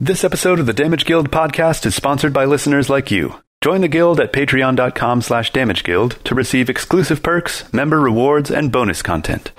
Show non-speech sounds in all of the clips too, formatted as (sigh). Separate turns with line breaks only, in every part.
This episode of the Damage Guild podcast is sponsored by listeners like you. Join the guild at patreon.com slash damageguild to receive exclusive perks, member rewards, and bonus content.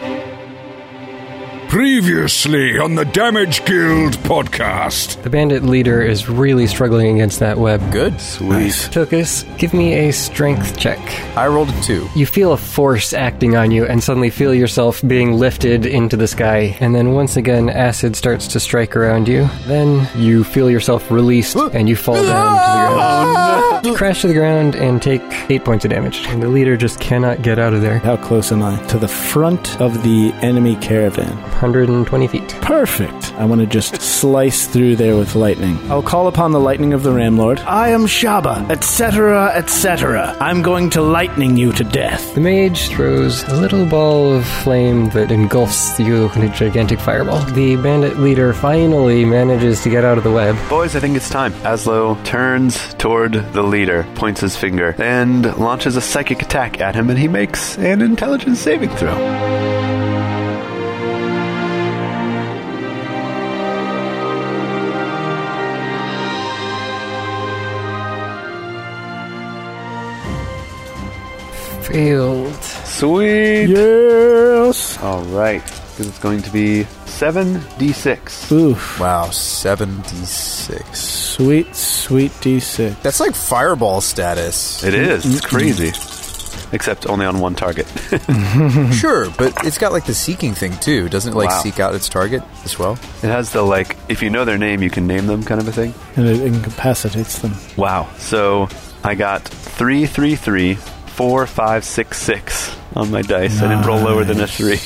Previously on the Damage Guild podcast.
The bandit leader is really struggling against that web.
Good. Sweet.
Tokus, give me a strength check.
I rolled a two.
You feel a force acting on you and suddenly feel yourself being lifted into the sky. And then once again, acid starts to strike around you. Then you feel yourself released and you fall down to the ground. You crash to the ground and take eight points of damage. And the leader just cannot get out of there.
How close am I? To the front of the enemy caravan.
120 feet.
Perfect. I want to just slice through there with lightning. I'll call upon the lightning of the Ramlord. I am Shaba, etc., etc. I'm going to lightning you to death.
The mage throws a little ball of flame that engulfs you in a gigantic fireball. The bandit leader finally manages to get out of the web.
Boys, I think it's time. Aslo turns toward the leader, points his finger, and launches a psychic attack at him, and he makes an intelligence saving throw.
Failed.
Sweet!
Yes.
All right, because it's going to be 7d6.
Oof.
Wow, 76.
Sweet, sweet D6.
That's like fireball status.
It is. It's crazy. Except only on one target. (laughs)
Sure, but it's got like the seeking thing too. Doesn't it like
Wow.
seek out its target as well?
it has the, like, if you know their name, you can name them kind of a thing.
And it incapacitates them.
Wow. So I got three, three, three, four, five, six, six on my dice. I didn't roll lower than a 3.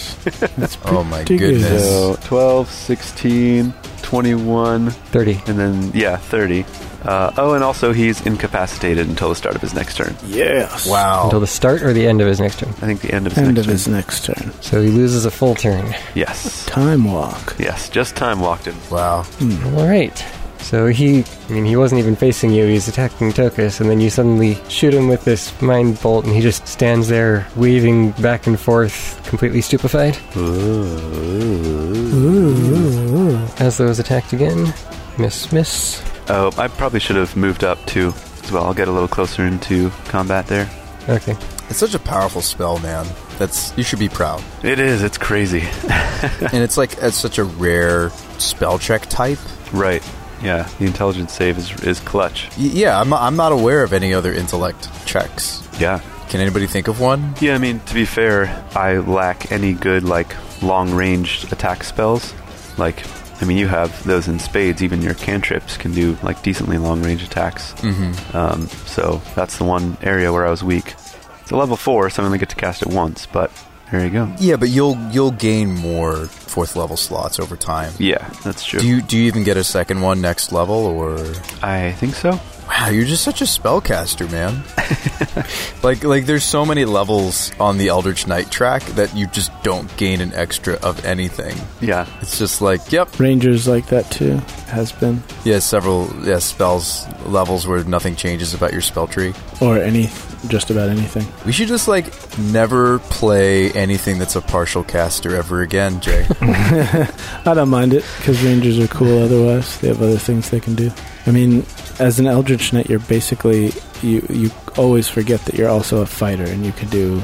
(laughs)
Oh my
Pretty good.
goodness.
So 12, 16, 21,
30.
and then, yeah, 30. Uh, oh, and also he's incapacitated until the start of his next turn.
Yes.
Until
Wow.
the start or the end of his next turn.
I think the end of his
End
next
of
turn.
his next turn.
So he loses a full turn.
Yes.
Time walk.
Yes, just time walked him.
Wow.
Alright. So he, I mean, he wasn't even facing you, he's attacking Tokus, and then you suddenly shoot him with this mind bolt, and he just stands there waving back and forth, completely stupefied. As those attacked again, miss, miss.
Oh, I probably should have moved up too as well. I'll get a little closer into combat there.
Okay.
It's such a powerful spell, man. That's you should be proud.
It is, it's crazy.
and it's like it's such a rare spell check type.
right. Yeah, the intelligence save is, is clutch.
Y- yeah, I'm, I'm not aware of any other intellect checks.
Yeah.
Can anybody think of one?
Yeah, I mean, to be fair, I lack any good, like, long range attack spells. Like, I mean, you have those in spades. Even your cantrips can do, like, decently long range attacks. Mm-hmm. Um, so that's the one area where I was weak. It's a level 4, so I only get to cast it once, but there you go.
Yeah, but you'll you'll gain more fourth level slots over time.
Yeah, that's true.
Do you do you even get a second one next level or
I think so.
Wow, you're just such a
(laughs)
spellcaster, man. like like there's so many levels on the Eldritch Knight track that you just don't gain an extra of anything.
Yeah.
It's just like, yep,
Rangers like that too. Has been.
yeah, several yeah, spells levels where nothing changes about your spell tree.
Or any. Just about anything.
We should just like never play anything that's a partial caster ever
(laughs)
again, Jay.
I don't mind it because rangers are cool. Otherwise, they have other things they can do. I mean, as an eldritch knight, you're basically you you always forget that you're also a fighter and you can do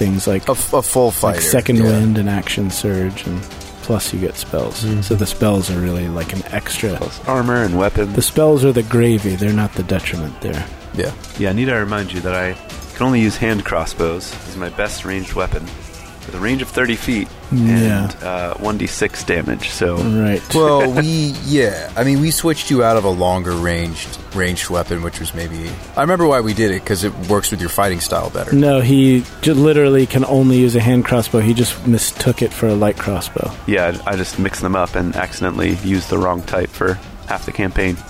things like,
a, f- a full fighter.
like second
yeah.
wind and action surge, and plus you get spells. So the spells are really like an extra.
Plus armor and weapons.
The spells are the gravy; they're not the detriment. There,
Yeah.
Yeah, need I remind you that I can only use hand crossbows as my best ranged weapon with a range of 30 feet and uh, 1d6 damage. So,
right? (laughs)
Well, we yeah. I mean, we switched you out of a longer ranged ranged weapon, which was maybe. I remember why we did it because it works with your fighting style better.
No, he j- literally can only use a hand crossbow. He just mistook it for a light crossbow.
yeah, I I just mixed them up and accidentally used the wrong type for half the campaign. (laughs)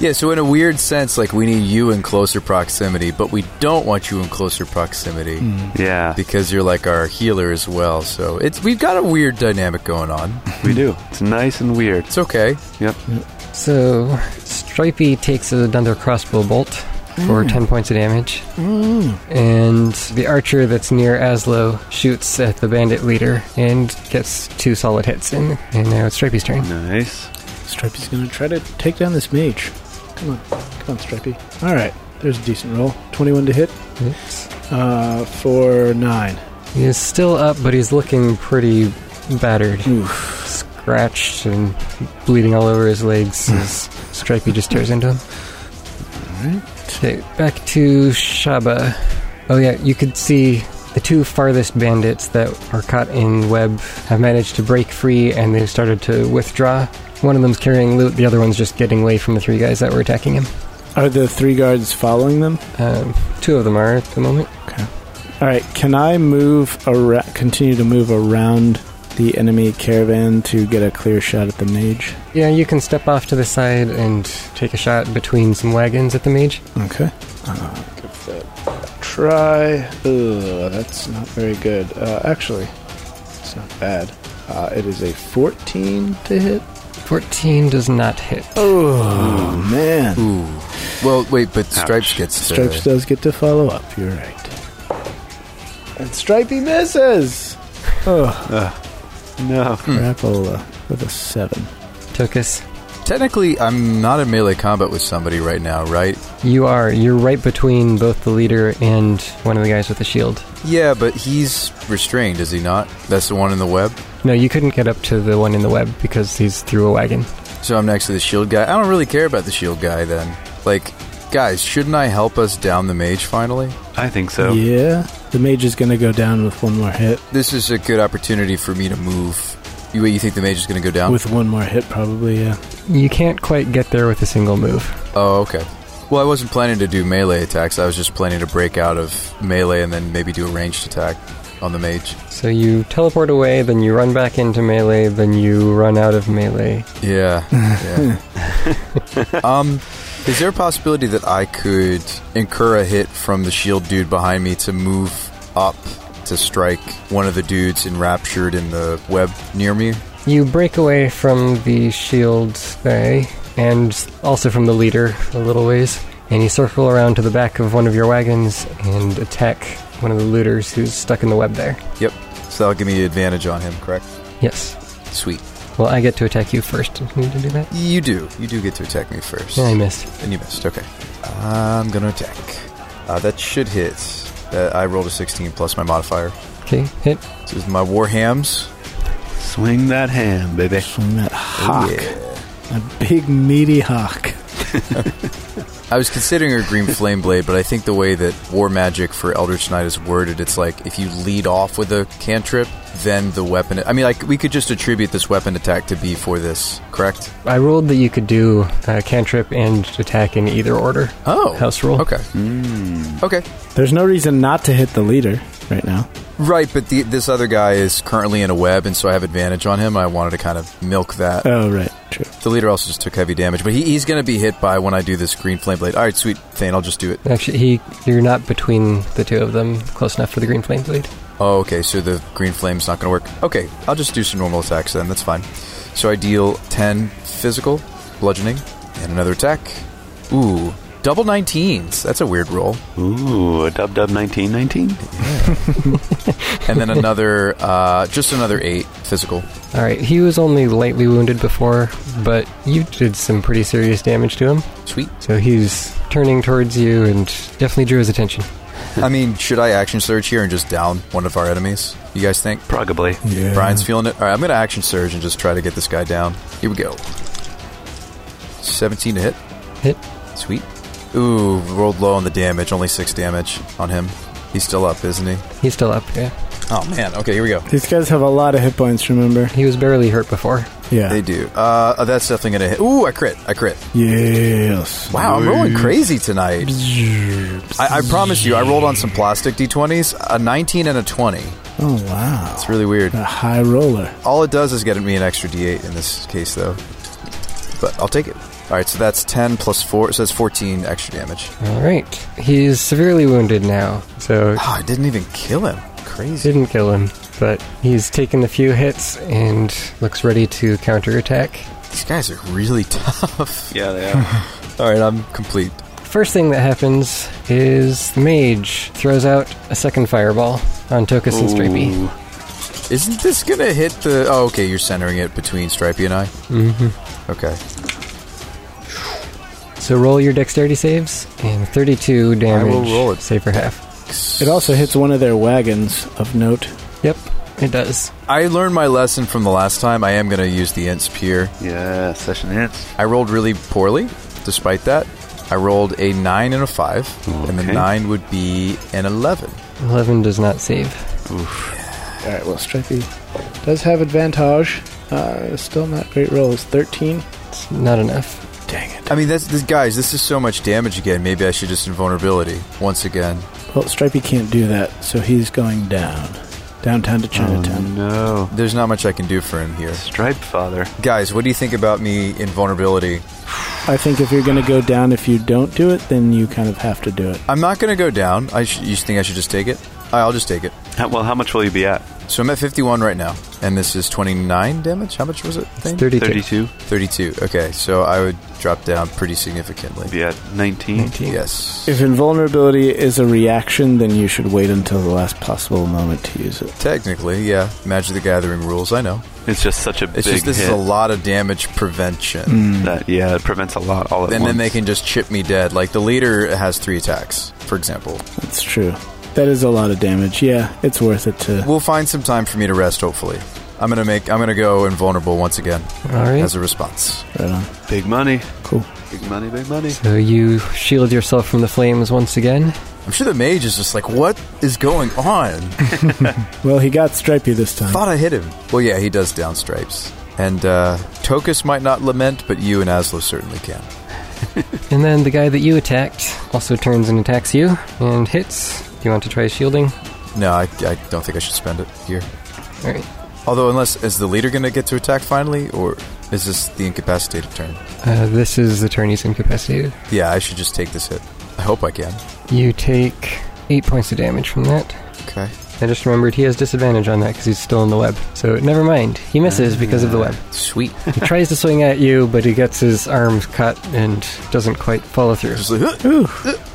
Yeah, so in a weird sense, like we need you in closer proximity, but we don't want you in closer proximity
yeah,
because you're like our healer as well. So it's we've got a weird dynamic going on.
we do. It's nice and weird.
It's okay.
Yep.
So, Stripey takes another crossbow bolt for 10 points of damage. And the archer that's near Aslo shoots at the bandit leader and gets two solid hits in. And now it's Stripey's turn.
Nice.
Stripey's gonna try to take down this mage. Come on, come on, Stripey. All right, there's a decent roll. Twenty-one to hit
Oops.
uh, for nine.
He is still up, but he's looking pretty battered.
Oof.
Scratched and bleeding all over his legs
Hmm.
as Stripey just tears into him.
Alright.
Okay, back to Shaba. Oh, yeah, you could see the two farthest bandits that are caught in web have managed to break free and they've started to withdraw. One of them's carrying loot, the other one's just getting away from the three guys that were attacking him.
Are the three guards following them?
Um, two of them are at the moment.
All right. Can I move ar- Continue to move around the enemy caravan to get a clear shot at the mage.
Yeah, you can step off to the side and take a shot between some wagons at the mage.
Okay. Uh, give that a try. Ugh, that's not very good. Uh, actually, it's not bad. Uh, it is a 14 to hit.
14 does not hit.
Oh, man.
Ooh. Well, wait, but Stripes
Ouch.
gets to,
Stripes does get to follow up. You're right. And Stripey misses. Oh,
No.
Crapola with a seven.
Tokus,
Technically, I'm not in melee combat with somebody right now, right?
you are. You're right between both the leader and one of the guys with the shield.
Yeah, but he's restrained, is he not? That's the one in the web.
No, you couldn't get up to the one in the web because he's through a wagon.
So I'm next to the shield guy. I don't really care about the shield guy then. Like, guys, shouldn't I help us down the mage finally?
I think so.
Yeah. The mage is going to go down with one more hit.
This is a good opportunity for me to move. You, wait, you think the mage is going to go down?
With one more hit, probably, uh, yeah.
You can't quite get there with a single move.
oh, okay. Well, I wasn't planning to do melee attacks. I was just planning to break out of melee and then maybe do a ranged attack on the mage.
So you teleport away, then you run back into melee, then you run out of melee.
Yeah. yeah. um, is there a possibility that I could incur a hit from the shield dude behind me to move up to strike one of the dudes enraptured in the web near me?
You break away from the shield guy and also from the leader a little ways, and you circle around to the back of one of your wagons and attack one of the looters who's stuck in the web there.
So that'll give me advantage on him, correct?
Yes.
Sweet.
Well, I get to attack you first. Do you Need to do that?
You do. You do get to attack me first.
Yeah, I missed.
And you missed. Okay. I'm going to attack. Uh, that should hit. Uh, I rolled a 16 plus my modifier.
Okay, hit.
This is my war hams.
Swing that ham, baby.
Swing that hawk.
Oh, yeah.
A big, meaty hawk.
I was considering a green flame blade, but I think the way that war magic for Eldritch Knight is worded, it's like if you lead off with a cantrip, then the weapon. I mean, like we could just attribute this weapon attack to be for this, correct?
I ruled that you could do uh, cantrip and attack in either order.
Oh,
House rule.
Okay, okay,
There's no reason not to hit the leader right now.
right. But the, this other guy is currently in a web, and so I have advantage on him. I wanted to kind of milk that.
Oh, right. True.
The leader also just took heavy damage, but he, he's going to be hit by when I do this green flame blade. All right, sweet Thane, I'll just do it.
Actually, he you're not between the two of them close enough for the green flame blade.
Oh, okay, so the green flame's not going to work. Okay, I'll just do some normal attacks then. That's fine. So I deal 10 physical, bludgeoning, and another attack. Ooh, double 19s. That's a weird roll.
Ooh, a dub dub 1919?
And then another, uh, just another 8 physical.
All right, he was only lightly wounded before, but you did some pretty serious damage to him.
Sweet.
So he's turning towards you and definitely drew his attention.
I mean, should I action surge here and just down one of our enemies? You guys think?
Probably.
Yeah.
Brian's feeling it. All right, I'm going to action surge and just try to get this guy down. Here we go. 17 to hit.
Hit.
Sweet. Ooh, rolled low on the damage. Only 6 damage on him. He's still up, isn't he?
He's still up. Yeah,
Oh, man. Okay, here we go.
These guys have a lot of hit points, remember?
he was barely hurt before.
Yeah.
They do. Uh, oh, that's definitely going to hit. Ooh, I crit. I crit.
yes.
Wow, I'm rolling crazy tonight. I, I promise you, I rolled on some plastic d20s, a 19 and a 20.
Oh, wow.
It's really weird.
A high roller.
All it does is get me an extra d8 in this case, though. But I'll take it. All right, so that's 10 plus 4, so that's 14 extra damage.
All right, he's severely wounded now, so
Oh, I didn't even kill him. Crazy.
didn't kill him, but he's taken a few hits and looks ready to counterattack.
These guys are really (laughs) tough.
Yeah, they (laughs) are.
All right, I'm complete.
First thing that happens is the mage throws out a second fireball on Tokus and Stripey.
Ooh.
Isn't this going to hit the. Oh, okay, you're centering it between Stripey and I.
Mm-hmm.
Okay.
So roll your dexterity saves and 32 damage.
will roll it.
Save for half.
It also hits one of their wagons of note.
Yep, it does.
I learned my lesson from the last time. I am going to use the int spear.
Yeah, session ends.
I rolled really poorly, despite that. I rolled a 9 and a 5, and the
Okay.
9 would be an 11.
11 does not save.
All right, well, Stripey does have advantage. Uh, still not great rolls. 13.
It's not enough.
Dang it.
I mean, that's this, guys, this is so much damage again. Maybe I should just invulnerability once again.
Well, Stripey can't do that, so he's going down. Downtown to Chinatown.
Oh, no.
There's not much I can do for him here.
Stripe Father.
Guys, what do you think about me invulnerability?
I think if you're going to go down, if you don't do it, then you kind of have to do it.
I'm not going to go down. I sh- you think I should just take it? I- I'll just take it.
How, well, how much will you be at?
So I'm at 51 right now, and this is 29 damage. How much was it?
It's
Thane?
32.
32?
32. Okay, so I would drop down pretty significantly.
Be at 19?
19.
Yes.
If invulnerability is a reaction, then you should wait until the last possible moment to use it.
Technically, yeah. Magic the Gathering rules, I know.
It's just such a big
It's just this
hit.
is a lot of damage prevention.
that, yeah, it prevents a lot all at
And
once.
then they can just chip me dead. Like the leader has three attacks, for example.
That's true. That is a lot of damage. Yeah, it's worth it to.
We'll find some time for me to rest, hopefully. I'm gonna make I'm gonna go invulnerable once again
All right.
as a response.
Right on.
Big money.
Cool.
Big money, big money.
So you shield yourself from the flames once again.
I'm sure the mage is just like, what is going (laughs) on?
Well, he got Stripey this time.
Thought I hit him. Well yeah, he does down stripes. And uh Tokus might not lament, but you and Aslo certainly can.
And then the guy that you attacked also turns and attacks you and hits. Do you want to try shielding?
No, I, I don't think I should spend it here.
All right.
Although unless is the leader gonna get to attack finally, or is this the incapacitated turn?
Uh, this is the turn he's incapacitated.
Yeah, I should just take this hit. I hope I can.
You take 8 points of damage from that.
Okay.
I just remembered he has disadvantage on that because he's still in the web. So never mind. He misses because of the web.
Sweet.
He tries to swing at you, but he gets his arms cut and doesn't quite follow through.
Just like, "Huh?"
(laughs)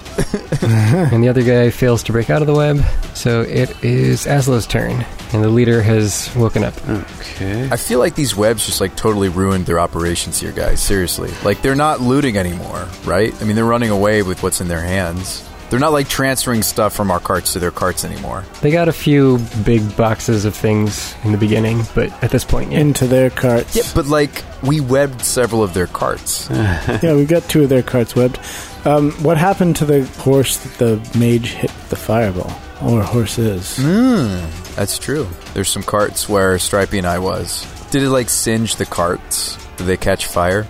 And the other guy fails to break out of the web, so it is Aslo's turn, and the leader has woken up.
Mm.
Okay.
I feel like these webs just like totally ruined their operations here, guys. Seriously. Like they're not looting anymore, right? I mean, they're running away with what's in their hands. They're not like transferring stuff from our carts to their carts anymore.
They got a few big boxes of things in the beginning, but at this point, yeah.
Into their carts.
Yeah, but like we webbed several of their carts.
yeah, we got two of their carts webbed. Um, what happened to the horse that the mage hit the fireball? Or horses?
Mm, that's true. There's some carts where Stripey and I was. Did it like singe the carts? Did they catch fire?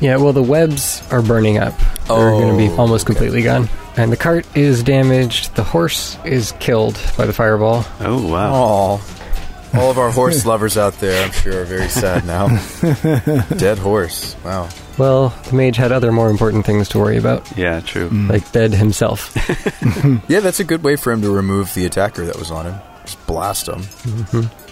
yeah, well, the webs are burning up. They're
Oh,
going to be almost
okay.
completely gone. And the cart is damaged. The horse is killed by the fireball.
Oh, wow.
Oh, all of our horse lovers out there, I'm sure, are very sad now. Dead horse. Wow.
Well, the mage had other more important things to worry about,
Yeah, true.
mm.
like dead himself.
Yeah, that's a good way for him to remove the attacker that was on him. Just blast him.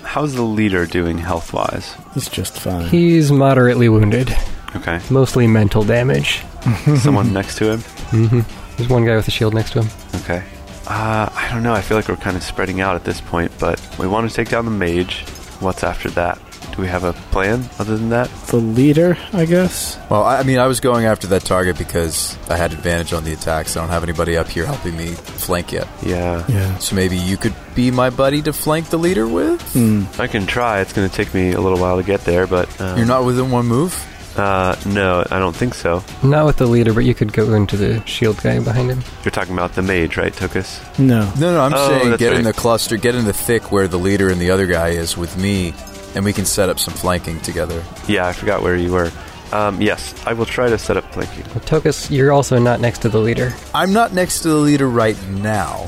How's the leader doing health wise?
He's just fine.
He's moderately wounded,
(laughs)
Okay.
mostly mental damage.
Mm-hmm.
Someone next to him?
hmm There's one guy with a shield next to him.
Okay. Uh, I don't know. I feel like we're kind of spreading out at this point, but we want to take down the mage. What's after that? Do we have a plan other than that?
the leader, I guess?
Well, I I mean, I was going after that target because I had advantage on the attacks. I don't have anybody up here helping me flank yet.
Yeah.
Yeah.
So maybe you could be my buddy to flank the leader with?
Hmm,
I can try. It's going to take me a little while to get there, but. Uh,
You're not within one move?
Uh, no, I don't think so.
Not with the leader, but you could go into the shield guy behind him.
You're talking about the mage, right, Tokus?
No.
No, no, I'm
Oh,
saying
that's
get in the
right.
cluster, get in the thick where the leader and the other guy is with me, and we can set up some flanking together.
Yeah, I forgot where you were. Um, yes, I will try to set up flanking.
But Tokus, you're also not next to the leader.
I'm not next to the leader right
(laughs)
now,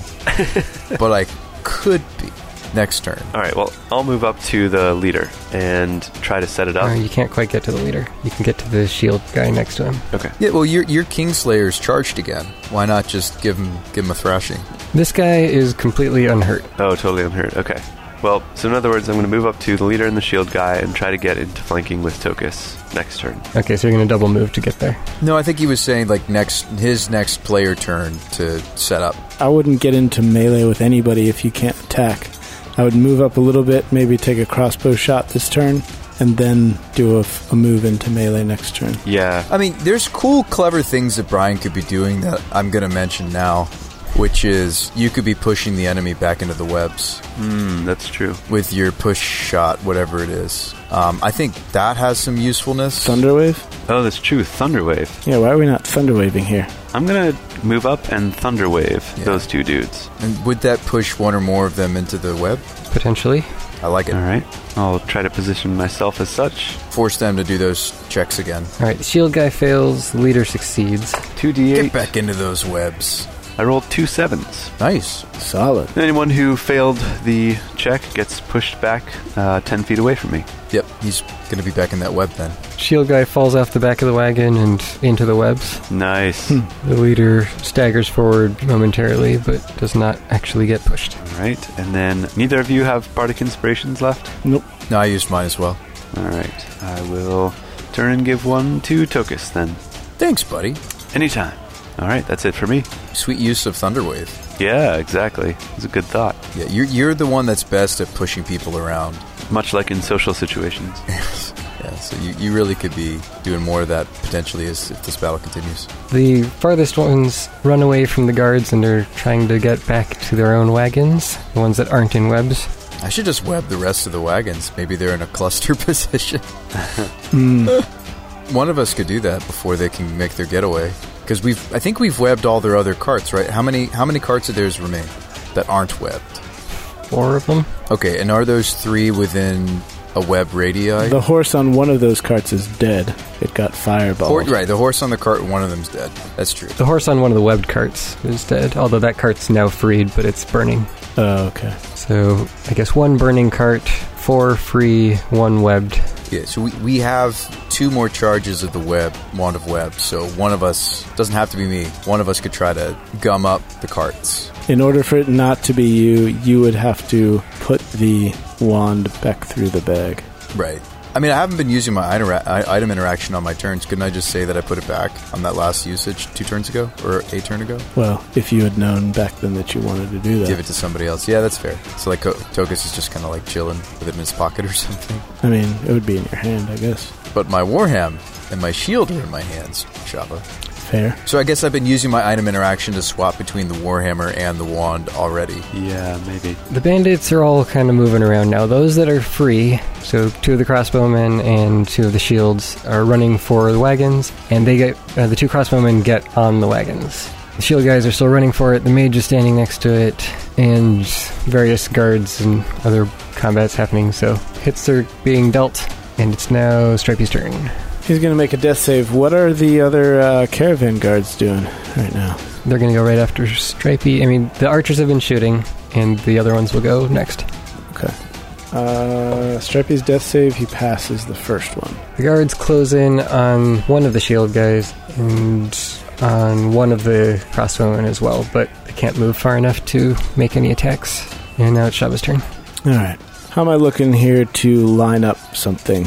but I could be next turn.
All right, well, I'll move up to the leader and try to set it
Uh,
up.
you can't quite get to the leader. You can get to the shield guy next to him.
Okay.
Yeah, well, your your Kingslayer's charged again. Why not just give him give him a thrashing?
This guy is completely unhurt.
Oh, totally unhurt. Okay. Well, so in other words, I'm going to move up to the leader and the shield guy and try to get into flanking with Tokus next turn.
Okay, so you're going to double move to get there.
No, I think he was saying like next his next player turn to set up.
I wouldn't get into melee with anybody if you can't attack. I would move up a little bit, maybe take a crossbow shot this turn, and then do a, f- a move into melee next turn.
Yeah.
I mean, there's cool, clever things that Brian could be doing that I'm going to mention now, which is you could be pushing the enemy back into the webs
Mm, that's true.
with your push shot, whatever it is. Um, I think that has some usefulness.
Thunderwave?
Oh, that's true. Thunderwave.
Yeah, why are we not thunderwaving here?
I'm gonna move up and thunderwave
Yeah.
those two dudes.
And would that push one or more of them into the web?
potentially.
I like it.
All right. I'll try to position myself as such.
Force them to do those checks again.
All right, shield guy fails, leader succeeds.
Two
Get
d8.
back into those webs.
I rolled two sevens.
Nice.
Solid.
Anyone who failed the check gets pushed back uh, ten feet away from me.
Yep, he's going to be back in that web then.
Shield guy falls off the back of the wagon and into the webs.
Nice.
Hmm.
All
The leader staggers forward momentarily, but does not actually get pushed.
right. And then neither of you have bardic inspirations left.
No, I used mine as well.
All right. I will turn and give one to Tokus then.
Thanks, buddy.
Anytime. All right. That's it for me.
Sweet use of Thunderwave.
Yeah. Exactly. It's a good thought.
Yeah, you're, you're the one that's best at pushing people around.
Much like in social situations.
Yeah, so you, you really could be doing more of that potentially as if this battle continues.
The farthest ones run away from the guards and are trying to get back to their own wagons, the ones that aren't in webs.
I should just web the rest of the wagons. Maybe they're in a (laughs) cluster position.
Mm.
One of us could do that before they can make their getaway. Because we've, I think we've webbed all their other carts, right? How many, how many carts of theirs remain that aren't webbed?
Four of them?
Okay, and are those three within a web radii?
The horse on one of those carts is dead. It got fireballed.
Hor- right, the horse on the cart, one of them's dead. That's true.
The horse on one of the webbed carts is dead, although that cart's now freed, but it's burning.
Oh, okay.
So I guess one burning cart, four free, one webbed.
Yeah, so we, we have two more charges of the web, wand of web. So one of us doesn't have to be me. One of us could try to gum up the carts.
In order for it not to be you, you would have to put the wand back through the bag.
Right. I mean, I haven't been using my itera- i- item interaction on my turns. Couldn't I just say that I put it back on that last usage two turns ago or a turn ago?
Well, if you had known back then that you wanted to do that.
Give it to somebody else. Yeah, that's fair. So like, Ko- Tokus is just kind of like chilling with it in his pocket or (laughs) something.
I mean, it would be in your hand, I guess.
But my warham and my shield are in my hands, Shava.
Fair.
So I guess I've been using my item interaction to swap between the warhammer and the wand already.
(laughs) Yeah. Maybe.
The bandits are all kind of moving around now. Those that are free, so two of the crossbowmen and two of the shields, are running for the wagons, and they get uh, the two crossbowmen get on the wagons. The shield guys are still running for it. The mage is standing next to it, and various guards and other combats happening. So hits are being dealt, and it's now Stripey's turn.
He's going to make a death save. What are the other uh, caravan guards doing right now?
They're going to go right after Stripey. I mean, the archers have been shooting, and the other ones will go next.
Uh, Stripey's death save, he passes the first one.
The guards close in on one of the shield guys and on one of the crossbowmen as well, but they can't move far enough to make any attacks. And now it's Shaba's turn.
All right. How am I looking here to line up something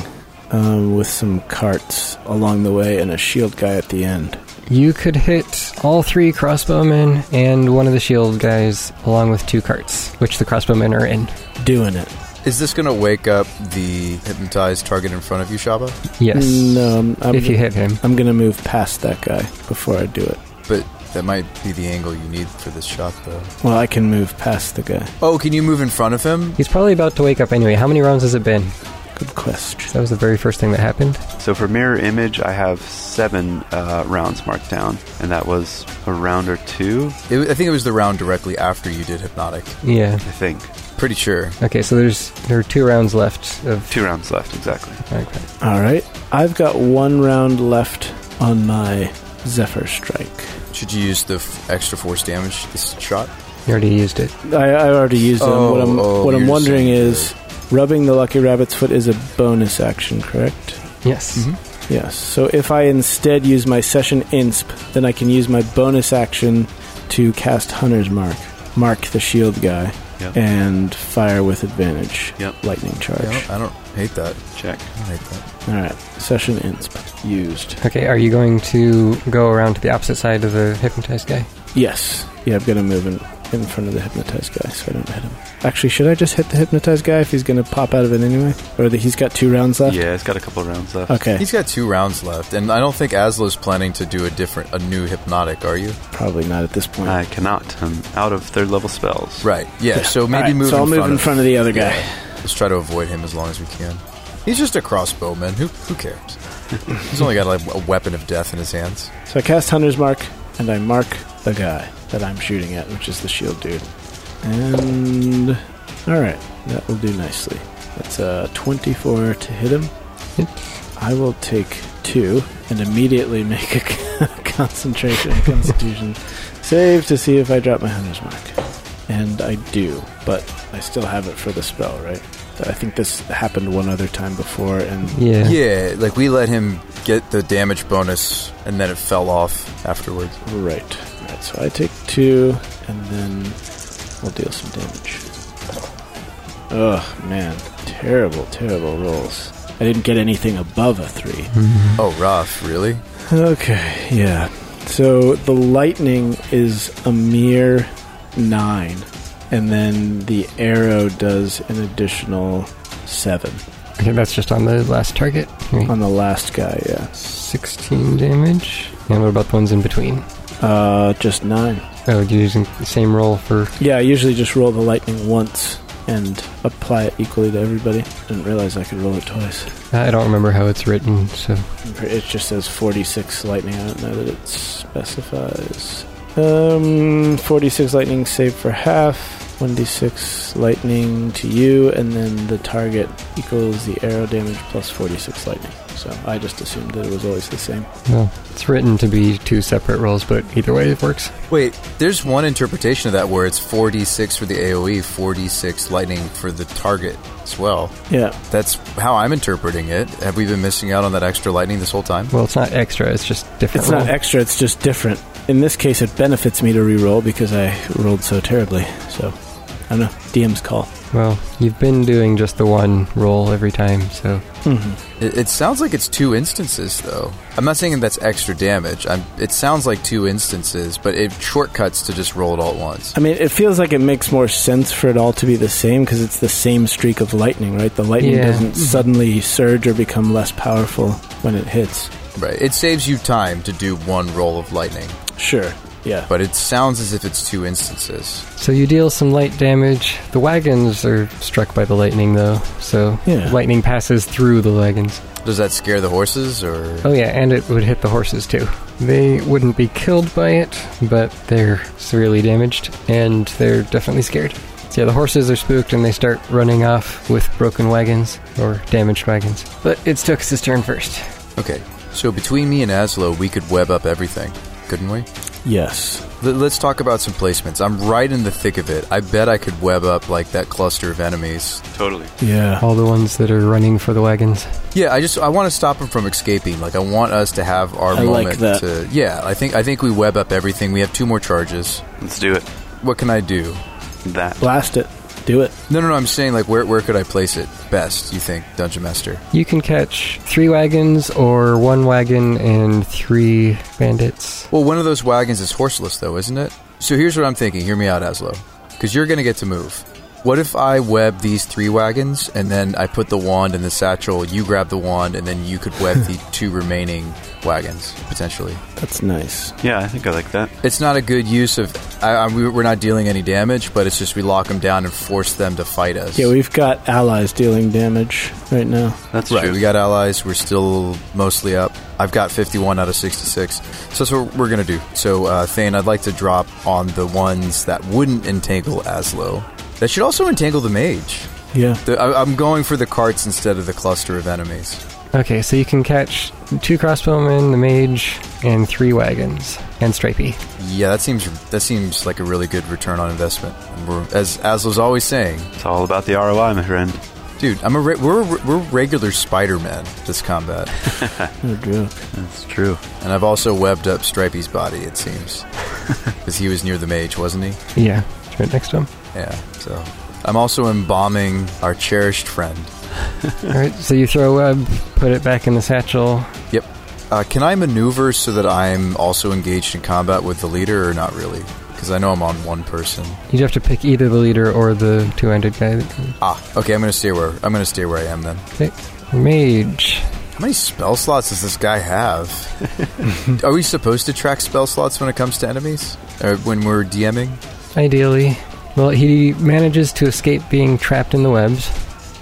um, with some carts along the way and a shield guy at the end?
You could hit all three crossbowmen and one of the shield guys, along with two carts, which the crossbowmen are in.
Doing it.
Is this going to wake up the hypnotized target in front of you, Shaba?
Yes.
Mm, No, I'm, I'm,
If you hit him,
I'm going to move past that guy before I do it.
But that might be the angle you need for this shot, though.
Well, I can move past the guy.
Oh, can you move in front of him?
he's probably about to wake up anyway. How many rounds has it been?
Good question.
That was the very first thing that happened.
So for mirror image, I have seven uh, rounds marked down, and that was a round or two,
It, wa- I think it was the round directly after you did hypnotic.
Yeah.
I think.
Pretty sure.
Okay, so there's there are two rounds left of.
Two rounds left, exactly.
Okay.
All right. I've got one round left on my Zephyr Strike.
Should you use the f- extra force damage this shot?
You already used it.
I, I already used them.
Oh,
what I'm,
oh,
what I'm
you're just
wondering
saying
is rubbing the Lucky Rabbit's foot is a bonus action, correct?
Yes.
Yes. So if I instead use my session insp, then I can use my bonus action to cast Hunter's Mark, mark the shield guy,
Yep.
and fire with advantage.
Yep.
Lightning charge.
I don't, I don't hate that.
Check.
I don't hate that.
All right. Session insp used.
Okay, are you going to go around to the opposite side of the hypnotized guy?
Yes. Yeah, I'm gonna move in in front of the hypnotized guy, so I don't hit him. Actually, should I just hit the hypnotized guy if he's going to pop out of it anyway? Or that he's got two rounds left?
Yeah, it's got a couple rounds left.
Okay,
He's got two rounds left, and I don't think Asla's planning to do a different, a new hypnotic. Are you?
probably not at this point.
I cannot. I'm out of third level spells.
Right. Yeah. So maybe
Alright,
move.
So I'll
in
move
front
in
of,
front of the other guy.
Yeah. Let's try to avoid him as long as we can. He's just a crossbowman. Who who cares? He's only got like a weapon of death in his hands.
So I cast Hunter's Mark, and I mark the guy that I'm shooting at, which is the shield dude. And. Alright, that will do nicely. That's a 24 to hit him.
Yep.
I will take two and immediately (laughs) make a con- concentration and constitution save to see if I drop my Hunter's Mark. And I do, but I still have it for the spell, right? I think this happened one other time before, and
Yeah.
Yeah. Like we let him get the damage bonus, and then it fell off afterwards.
Right. Right. So I take two, and then we'll deal some damage. Ugh, man, terrible, terrible rolls. I didn't get anything above a three. (laughs)
Mm-hmm.
Oh, rough. Really?
Okay, yeah. So the lightning is a mere nine, and then the arrow does an additional seven
Okay, that's just on the last target. Right.
on the last guy. Yeah,
16 damage. And what about the ones in between?
uh, just nine.
Oh, you're using the same roll for.
Yeah, I usually just roll the lightning once and apply it equally to everybody. Didn't realize I could roll it twice.
I don't remember how it's written, so.
It just says 46 lightning. I don't know that it specifies. Um, 46 lightning save for half, 1d6 lightning to you, and then the target equals the arrow damage plus 46 lightning. So I just assumed that it was always the same.
Well, it's written to be two separate rolls, but either way it works.
Wait. There's one interpretation of that where it's 4d6 for the E, AOE, 4d6 lightning for the target as well.
Yeah,
That's how I'm interpreting it. Have we been missing out on that extra lightning this whole time?
Well, it's not extra, it's just different.
it's not
roll.
extra, it's just different. In this case, it benefits me to reroll because I rolled so terribly. So, I don't know. DM's call.
Well, you've been doing just the one roll every time, so.
Mm-hmm.
It, it sounds like it's two instances, though. I'm not saying that's extra damage. I'm, it sounds like two instances, but it shortcuts to just roll it all at once.
I mean, it feels like it makes more sense for it all to be the same because it's the same streak of lightning, right? The lightning
Yeah.
doesn't suddenly surge or become less powerful when it hits.
Right. It saves you time to do one roll of lightning,
Sure. Yeah.
but it sounds as if it's two instances.
So you deal some light damage. The wagons are struck by the lightning, though, so.
Yeah.
Lightning passes through the wagons.
Does that scare the horses, or
Oh, yeah, and it would hit the horses, too. They wouldn't be killed by it, but they're severely damaged, and they're definitely scared. So, yeah, the horses are spooked and they start running off with broken wagons or damaged wagons. But it's Tooks' turn first.
okay? So between me and Aslo, we could web up everything, couldn't we?
Yes.
L- let's talk about some placements. I'm right in the thick of it. I bet I could web up like that cluster of enemies
Totally.
Yeah.
All the ones that are running for the wagons.
Yeah, I just I want to stop him from escaping. Like I want us to have our
I like
moment
that.
to Yeah, I think I think we web up everything. We have two more charges.
Let's do it.
What can I do?
That.
Blast it. Do it.
No, no, no, I'm saying like where where could I place it best, you think, Dungeon Master?
You can catch three wagons or one wagon and three bandits.
Well, one of those wagons is horseless though, isn't it? So here's what I'm thinking. Hear me out, Aslo. Cuz you're going to get to move. What if I web these three wagons and then I put the wand in the satchel, you grab the wand and then you could web
(laughs)
the two remaining wagons potentially?
That's nice.
Yeah, I think I like that.
It's not a good use of. I, I, we- we're not dealing any damage, but it's just we lock them down and force them to fight us.
Yeah, we've got allies dealing damage right now.
That's
right.
true.
We got allies. We're still mostly up. I've got 51 out of 66. So that's what we're gonna do. So uh, Thane, I'd like to drop on the ones that wouldn't entangle Aslo. That should also entangle the mage.
Yeah.
The, I, I'm going for the carts instead of the cluster of enemies.
Okay, so you can catch two crossbowmen, the mage, and three wagons, and Stripey.
Yeah, that seems that seems like a really good return on investment. And we're, as Aslo's always saying,
It's all about the ROI, my friend.
dude, I'm a re- we're we're regular Spider-Man this combat.
No joke.
That's true.
And I've also webbed up Stripey's body, it seems. Because he was near the mage, wasn't he?
Yeah, it's right next to him.
Yeah, so. I'm also embalming our cherished friend.
All right, so you throw a web, put it back in the satchel.
Yep. Uh, can I maneuver so that I'm also engaged in combat with the leader, or not really? because I know I'm on one person.
You'd have to pick either the leader or the two-handed guy. that can-
Ah, okay. I'm gonna stay where I'm gonna stay where I am then.
Mage.
How many spell slots does this guy have? Are we supposed to track spell slots when it comes to enemies? Or when we're DMing?
Ideally. Well, he manages to escape being trapped in the webs.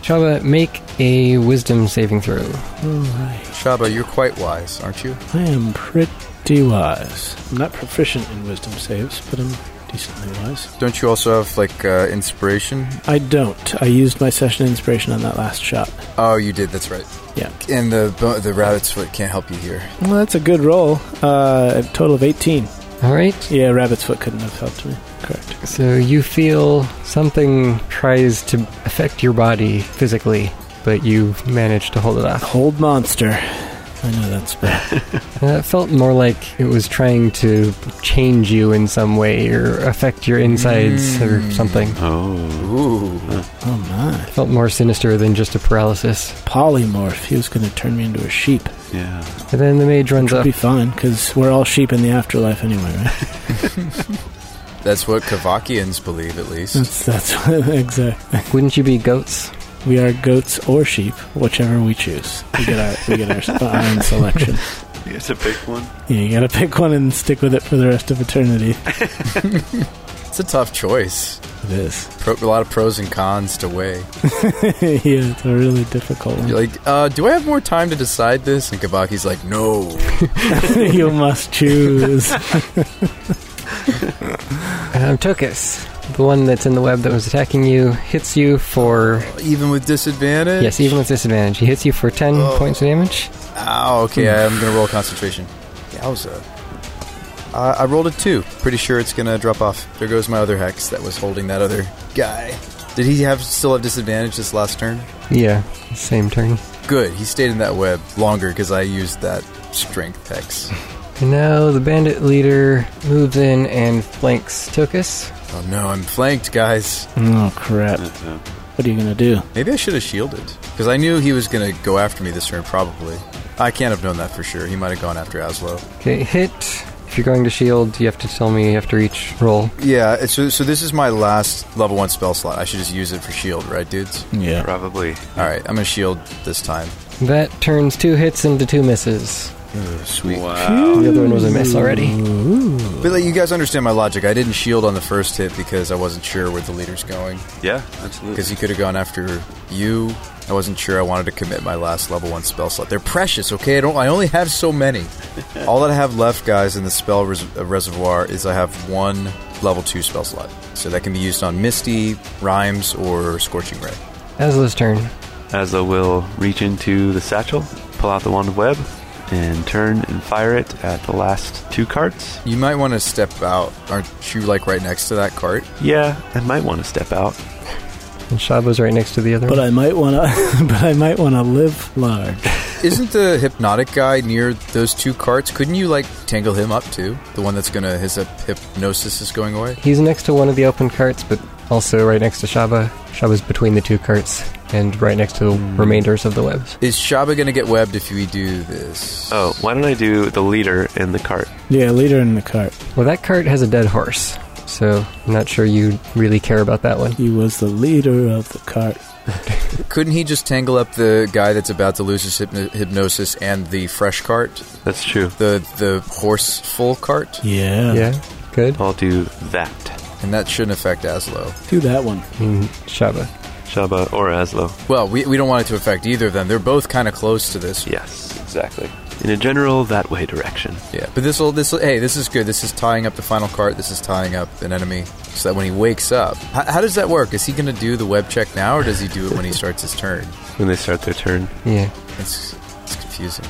Chaba, make a wisdom saving throw.
All right.
Shaba, you're quite wise, aren't you?
I am pretty wise. I'm not proficient in wisdom saves, but I'm decently wise.
Don't you also have like uh, inspiration?
I don't. I used my session inspiration on that last shot.
Oh, you did. That's right.
Yeah.
And the bo- the rabbit's foot can't help you here.
Well, that's a good roll. Uh, a total of 18.
All right.
Yeah, rabbit's foot couldn't have helped me. Correct.
So you feel something tries to affect your body physically, but you manage to hold it off.
Hold monster. I know that's bad.
Uh, it felt more like it was trying to change you in some way or affect your insides or
Mm.
something.
Oh.
Ooh.
Oh my.
It felt more sinister than just a paralysis.
Polymorph. He was going to turn me into a sheep.
Yeah.
And then the mage runs
Should
up.
be fine, because we're all sheep in the afterlife anyway, right?
That's what Kavakians believe, at least.
Hmm.
that's that's (laughs) exact.
Wouldn't you be goats?
We are goats or sheep, whichever we choose. We get our we get our, our own selection.
It's a big one.
Yeah, you gotta pick one and stick with it for the rest of eternity.
It's a tough choice.
It is.
Pro- a lot of pros and cons to weigh.
(laughs)
Hmm.
yeah, it's a really difficult one.
You're like, uh, do I have more time to decide this? And Kavaki's like, no.
(laughs)
(laughs) you must (laughs) choose.
Um, Tokus, the one that's in the web that was attacking you, hits you for
Even with disadvantage?
yes, even with disadvantage. He hits you for ten
Oh.
points of damage.
Oh, okay.
Hmm.
I'm gonna roll concentration. Yowza. Uh, I rolled a two. Pretty sure it's gonna drop off. There goes my other hex that was holding that other guy. Did he have still have disadvantage this last turn?
Yeah, same turn.
Good. He stayed in that web longer because I used that strength (laughs) hex.
And now the bandit leader moves in and flanks Tokus.
Oh no, I'm flanked, guys.
oh crap!
Uh-uh.
What are you gonna do?
Maybe I should have shielded because I knew he was gonna go after me this turn. Probably. I can't have known that for sure. He might have gone after Aslo.
Okay, hit. If you're going to shield, you have to tell me after each roll.
Yeah. it's- So, so this is my last level one spell slot. I should just use it for shield, right, (laughs) dudes?
Yeah.
Probably.
All right. I'm gonna shield this time.
That turns two hits into two misses.
Sweet.
Wow.
The other one was a miss already.
But like, you guys understand my logic. I didn't shield on the first hit because I wasn't sure where the leader's going.
Yeah, absolutely.
Because he could have gone after you. I wasn't sure I wanted to commit my last level one spell slot. They're precious, okay? I don't. I only have so many. All that I have left, guys, in the spell res- uh, reservoir is I have one level two spell slot. So that can be used on Misty, Rhymes, or Scorching Ray.
Aslo's turn.
Asla will reach into the satchel, pull out the wand of web, and turn and fire it at the last two carts.
You might want to step out. Aren't you like right next to that cart?
Yeah, I might want to step out.
And Shabo's right next to the other
But
one.
I might wanna. (laughs) but I might wanna live large.
Isn't the hypnotic guy near those two carts? Couldn't you like tangle him up too? The one that's gonna his hip- hypnosis is going away.
He's next to one of the open carts, but also right next to Shaba. Shaba's between the two carts and right next to the remainders of the webs.
Is Shaba gonna get webbed if we do this?
Oh, why don't I do the leader and the cart?
Yeah, leader in the cart.
Well, that cart has a dead horse, so I'm not sure you really care about that one.
He was the leader of the cart.
couldn't he just tangle up the guy that's about to lose his hypno- hypnosis and the fresh cart,
That's true.
the the horse full cart,
Yeah.
Yeah, Oh. good.
I'll do that.
and that shouldn't affect Aslo.
Do that one.
I mean, Shaba.
Shaba or Aslo.
Well, we, we don't want it to affect either of them. They're both kind of close to this.
Yes, exactly. In a general that way direction.
Yeah, but this will this will hey, this is good. This is tying up the final cart. This is tying up an enemy, so that when he wakes up, how, how does that work? Is he going to do the web check now, or does he do it when he starts his turn?
When they start their turn.
Yeah.
It's it's confusing.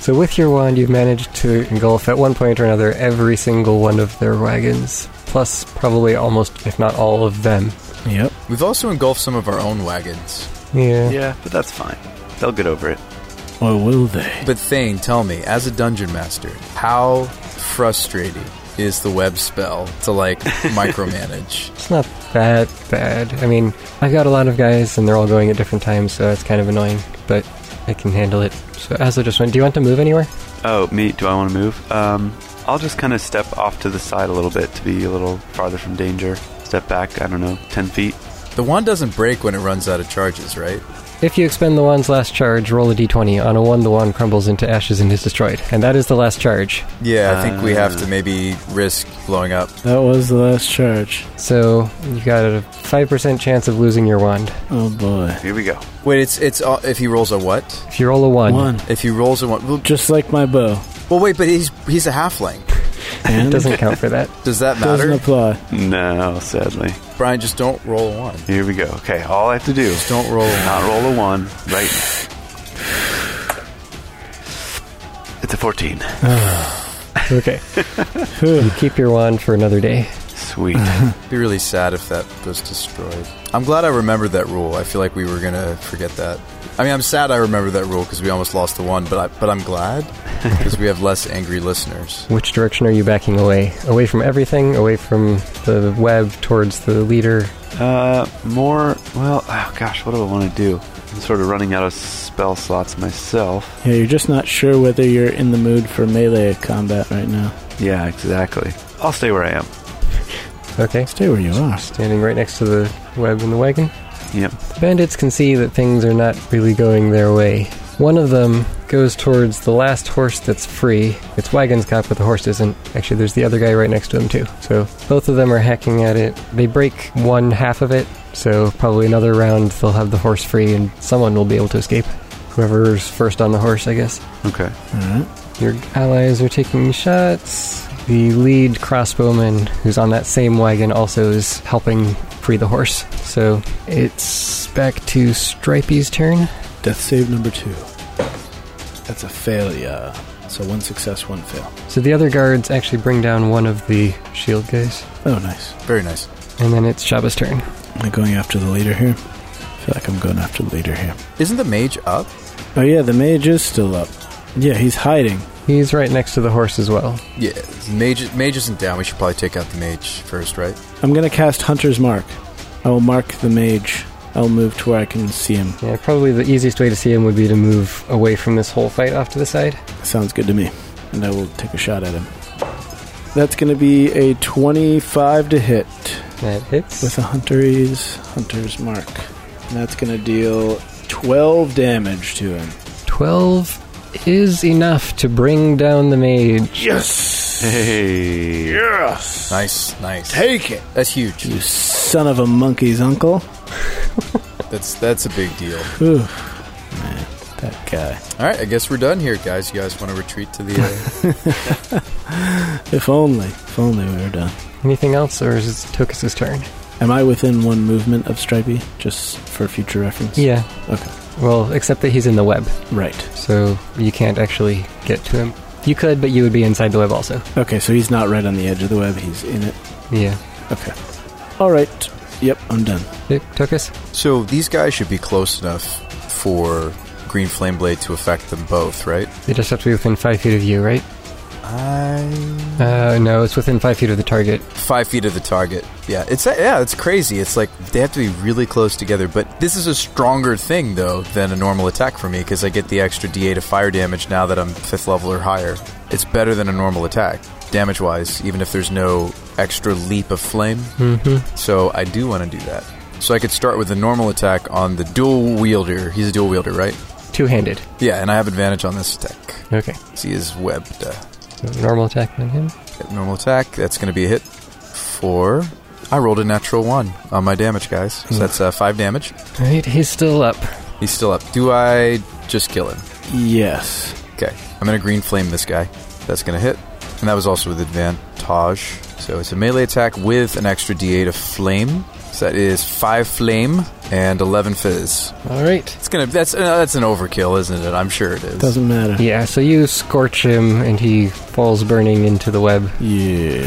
So with your wand, you've managed to engulf at one point or another every single one of their wagons, plus probably almost, if not all of them.
Yep.
We've also engulfed some of our own wagons.
Yeah.
Yeah, but that's fine. They'll get over it.
Or will they?
But Thane, tell me, as a dungeon master, how frustrating is the web spell to like micromanage?
It's not that bad. I mean, I've got a lot of guys, and they're all going at different times, so it's kind of annoying, but I can handle it. So Aslo just went, do you want to move anywhere?
Oh, me? Do I want to move? Um, I'll just kind of step off to the side a little bit to be a little farther from danger. Step back, I don't know, 10 feet.
The wand doesn't break when it runs out of charges, right?
If you expend the wand's last charge, roll a d20. On a 1, the wand crumbles into ashes and is destroyed. And that is the last charge.
Yeah, I think we have to
Uh.
maybe risk blowing up.
That was the last charge.
So you got a 5% chance of losing your wand.
Oh boy.
Here we go.
Wait, it's it's uh, if he rolls a what?
If you roll a 1,
One.
If he rolls a one, well,
Just like my (laughs) bow.
well wait, but he's he's a halfling.
it
And
doesn't count for that.
Does that
doesn't
matter?
apply.
No, sadly.
Brian, just don't roll a one.
Here we go. Okay, all I have to do
Just don't roll a one.
Not roll a one right now. It's a 14.
(laughs)
Okay. Whew.
You keep your wand for another day.
Sweet.
It'd be really sad if that was destroyed. I'm glad I remembered that rule. I feel like we were gonna forget that. I mean, I'm sad I remember that rule because we almost lost the one, but I, but I'm glad because we have less angry listeners.
Which direction are you backing away? Away from everything? Away from the web towards the leader?
Uh, more. Well, oh gosh, what do I want to do? I'm sort of running out of spell slots myself.
Yeah, you're just not sure whether you're in the mood for melee combat right now.
Yeah, exactly. I'll stay where I am.
Okay.
Stay where you are.
Standing right next to the web in the wagon.
Yep.
The bandits can see that things are not really going their way. One of them goes towards the last horse that's free. It's wagon's cop, but the horse isn't. Actually, there's the other guy right next to him, too. So both of them are hacking at it. They break one half of it, so probably another round they'll have the horse free and someone will be able to escape. Whoever's first on the horse, I guess.
Okay.
Alright.
Your allies are taking shots. The lead crossbowman, who's on that same wagon, also is helping free the horse. So it's back to Stripey's turn.
Death save number two. That's a failure. So one success, one fail.
So the other guards actually bring down one of the shield guys.
Oh, nice.
Very nice.
And then it's Shaba's turn.
Am I going after the leader here? I feel like I'm going after the leader here.
Isn't the mage up?
Oh, yeah, the mage is still up. Yeah, he's hiding.
He's right next to the horse as well.
Yeah, mage mage isn't down. We should probably take out the mage first, right?
I'm going to cast Hunter's Mark. I will mark the mage. I'll move to where I can see him.
Yeah, probably the easiest way to see him would be to move away from this whole fight off to the side.
Sounds good to me. And I will take a shot at him. That's going to be a 25 to hit
That hits.
with a Hunter's Hunter's Mark. And that's going to deal 12 damage to him.
12 is enough to bring down the mage.
(laughs) Yes!
Hey.
Yes!
Nice, nice.
Take it!
That's huge.
You son of a monkey's uncle.
That's that's a big deal.
Ooh, man, that guy.
All right, I guess we're done here, guys. You guys want to retreat to the? Uh,
If only, if only we were done.
Anything else, or is it Tokus's turn?
Am I within one movement of Stripey, just for future reference?
Yeah.
Okay.
Well, except that he's in the web,
Right.
so you can't actually get to him. You could, but you would be inside the web also.
Okay, so he's not right on the edge of the web, he's in it.
Yeah.
Okay. All right. Yep, I'm done.
Eh, Tokus?
so these guys should be close enough for Green Flame Blade to affect them both, right?
They just have to be within five feet of you, right?
I
Uh, no, it's within five feet of the target.
five feet of the target. Yeah, it's yeah, it's crazy. It's like they have to be really close together. But this is a stronger thing though than a normal attack for me because I get the extra D8 of fire damage now that I'm fifth level or higher. It's better than a normal attack, damage wise, even if there's no extra leap of flame.
Mm-hmm.
So I do want to do that. So I could start with a normal attack on the dual wielder. He's a dual wielder, right?
Two-handed.
Yeah, and I have advantage on this attack.
Okay.
See, is webbed. Uh,
So normal attack on him.
Normal attack. That's going to be a hit. Four. I rolled a natural one on my damage, guys. So that's uh, five damage.
All right, he's still up.
He's still up. Do I just kill him?
Yes.
Okay. I'm going to green flame this guy. That's going to hit. And that was also with advantage. So it's a melee attack with an extra d8 of flame. So that is five flame and 11 fizz.
All right.
It's going to, that's, uh, that's an overkill, isn't it? I'm sure it is.
Doesn't matter.
Yeah, so you scorch him, and he falls burning into the web.
Yeah.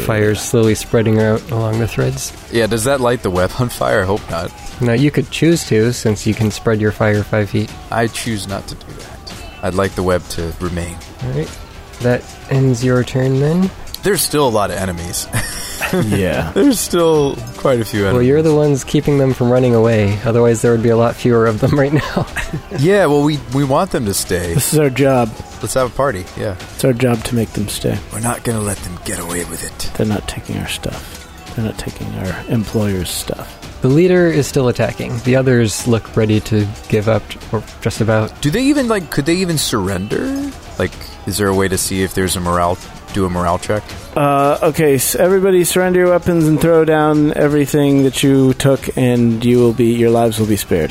(laughs) Fires slowly spreading out along the threads.
Yeah, does that light the web on fire? I hope not.
Now, you could choose to, since you can spread your fire five feet.
I choose not to do that. I'd like the web to remain.
Alright. That ends your turn then.
There's still a lot of enemies. (laughs)
yeah.
There's still quite a few
Well,
enemies.
you're the ones keeping them from running away. (laughs) Otherwise, there would be a lot fewer of them right now. (laughs)
yeah, well, we we want them to stay.
This is our job.
Let's have a party. Yeah.
It's our job to make them stay.
We're not going to let them get away with it.
They're not taking our stuff. They're not taking our employer's stuff.
The leader is still attacking. The others look ready to give up, or just about.
Do they even like? Could they even surrender? Like, is there a way to see if there's a morale? Do a morale check?
Uh, okay, so everybody surrender your weapons and throw down everything that you took, and you will be your lives will be (laughs) spared.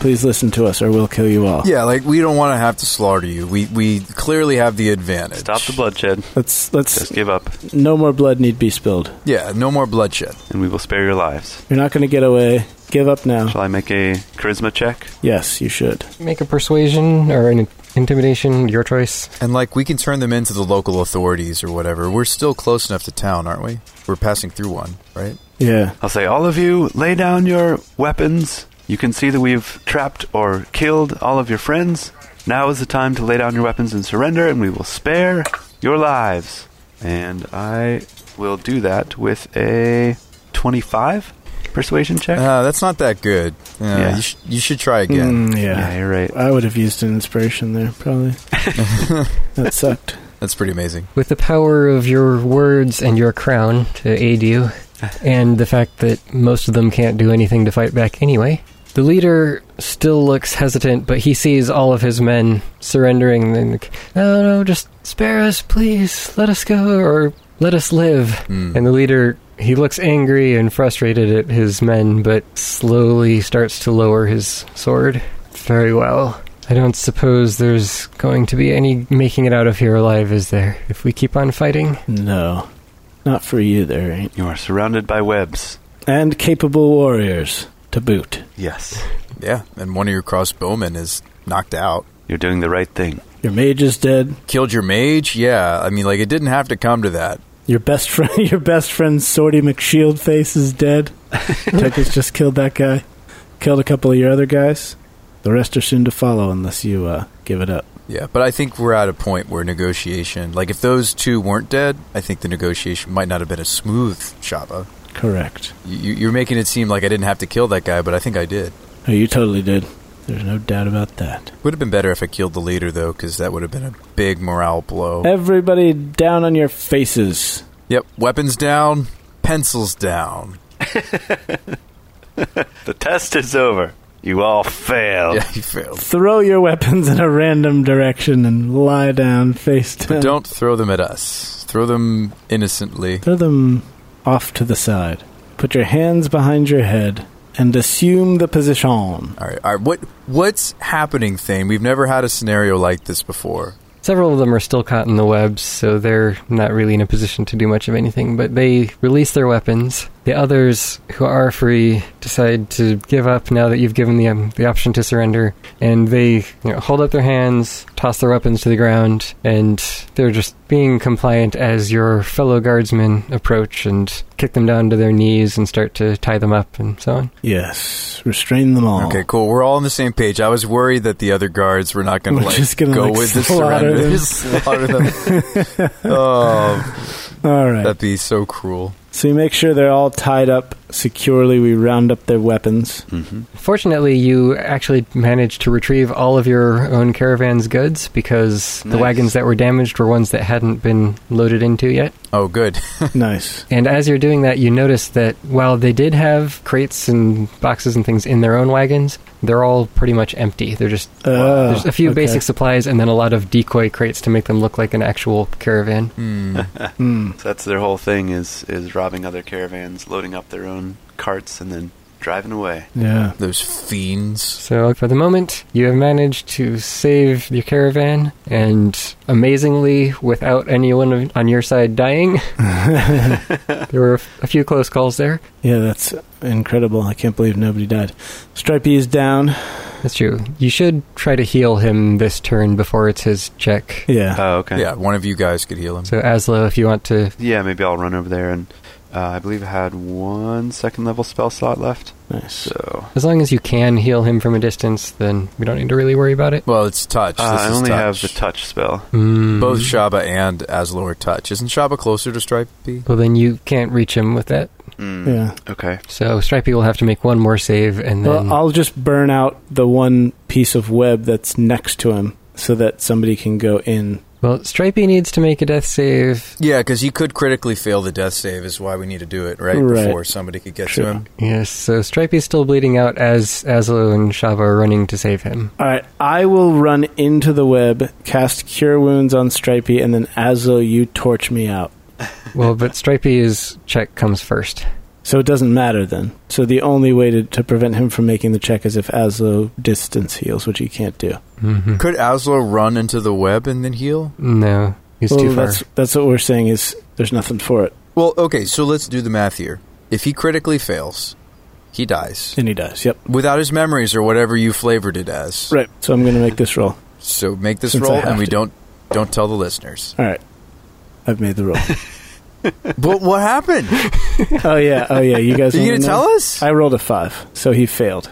Please listen to us, or we'll kill you all.
Yeah, like we don't want to have to slaughter you. We we clearly have the advantage.
Stop the bloodshed.
Let's let's.
Just give up,
No more blood need be spilled.
Yeah, no more bloodshed.
and we will spare your lives.
You're not going to get away. Give up now.
Shall I make a charisma check?
Yes, you should.
Make a persuasion or an intimidation, your choice.
And like we can turn them into the local authorities or whatever. We're still close enough to town, aren't we? We're passing through one, right?
Yeah.
I'll say, all of you, lay down your weapons. You can see that we've trapped or killed all of your friends. Now is the time to lay down your weapons and surrender, and we will spare your lives. And I will do that with a 25 persuasion check.
Uh, that's not that good. Yeah,
Yeah.
You, sh- you should try
Hmm.
again.
Mm, yeah.
yeah, you're right.
I would have used an inspiration there, (laughs) probably. that sucked.
That's pretty amazing.
With the power of your words and your crown to aid you, and the fact that most of them can't do anything to fight back anyway, the leader still looks hesitant, but he sees all of his men surrendering and, like, no, no, just spare us, please, let us go, or let us live.
Mm.
And the leader, he looks angry and frustrated at his men, but slowly starts to lower his sword. Very well. I don't suppose there's going to be any making it out of here alive, is there? If we keep on fighting?
No. Not for you, there ain't.
You are surrounded by webs.
And capable warriors, to boot.
Yes.
yeah, and one of your crossbowmen is knocked out.
You're doing the right thing.
Your mage is dead.
Killed your mage? Yeah. I mean, like it didn't have to come to that.
Your best (laughs) friend, your best friend, Sorty McShieldface, is
(laughs)
dead. Tucker's just killed that guy. Killed a couple of your other guys. The rest are soon to follow unless you uh, give it up.
Yeah, but I think we're at a point where negotiation, like if those two weren't dead, I think the negotiation might not have been as smooth, Shaba.
Correct.
You, you're making it seem like I didn't have to kill that guy, but I think I did.
Oh, you totally did. There's no doubt about that.
Would have been better if I killed the leader, though, because that would have been a big morale blow.
Everybody down on your faces.
Yep, weapons down, pencils down.
The test is over. You all failed.
Yeah, you failed.
Throw your weapons in a random direction and lie down face down.
But don't throw them at us. Throw them innocently.
Throw them off to the side. Put your hands behind your head and assume the position.
All right, all right. What what's happening? Thing we've never had a scenario like this before.
Several of them are still caught in the webs, so they're not really in a position to do much of anything, but they release their weapons. The others who are free decide to give up now that you've given them the option to surrender, and they you know, hold up their hands, toss their weapons to the ground, and they're just being compliant as your fellow guardsmen approach and kick them down to their knees and start to tie them up and so on.
Yes, restrain them all.
Okay, cool. We're all on the same page. I was worried that the other guards were not going
We're
to like
just gonna,
go
like,
with the
slaughter
surrender.
them.
Just (laughs) slaughter them.
(laughs)
oh,
All right.
that'd be so cruel.
So you make sure they're all tied up securely. We round up their weapons.
Hmm.
Fortunately, you actually managed to retrieve all of your own caravan's goods because the
Nice.
wagons that were damaged were ones that hadn't been loaded into yet.
Oh, good.
(laughs)
(laughs)
nice.
And as you're doing that, you notice that while they did have crates and boxes and things in their own wagons, they're all pretty much empty. They're just
Oh,
there's a few
okay.
basic supplies and then a lot of decoy crates to make them look like an actual caravan.
Hmm.
Hmm.
So that's their whole thing is is robbing other caravans, loading up their own carts, and then driving away.
Yeah.
Those fiends.
So for the moment, you have managed to save your caravan, and amazingly, without anyone on your side dying, there were a few close calls there.
Yeah, that's incredible. I can't believe nobody died. Stripey is down.
That's true. You should try to heal him this turn before it's his check.
Yeah.
Uh,
Oh, okay.
Yeah, one of you guys could heal him.
So Aslo, if you want to,
Yeah, maybe I'll run over there and uh, I believe I had one second level spell slot left.
nice.
So
as long as you can heal him from a distance, then we don't need to really worry about it.
Well, it's touch.
uh,
This
I
is
only
touch.
have the touch Mm-hmm. spell.
Mm.
Both Shaba and Aslo are touch. Isn't Shaba closer to Stripey?
Well, then you can't reach him with that.
hmm.
Mm.
Yeah.
Okay.
So Stripey will have to make one more save, and then
Well, I'll just burn out the one piece of web that's next to him so that somebody can go in.
Well, Stripey needs to make a death save.
Yeah, because he could critically fail the death save, is why we need to do it right,
Right.
before somebody could get
Sure.
to him.
Yes, so Stripey's still bleeding out as Azlo and Shava are running to save him.
All right, I will run into the web, cast Cure Wounds on Stripey, and then Azlo, you torch me out.
Well, but Stripey's check comes first.
So it doesn't matter then. So the only way to, to prevent him from making the check is if Aslo distance heals, which he can't do. Mm-hmm.
hmm
Could Aslo run into the web and then heal?
No, he's
well,
too far.
that's that's what we're saying is there's nothing for it,
Well, okay, so let's do the math here. If he critically fails, he dies.
and he does. Yep.
Without his memories or whatever you flavored it as.
Right. So I'm going to make this roll.
So make this
Since I
roll
have
and we
to.
don't don't tell the listeners.
All right. I've made the roll.
but
(laughs)
what happened?
oh yeah. Oh yeah. You guys.
Are you
want to
gonna tell us?
I rolled a five, so he failed.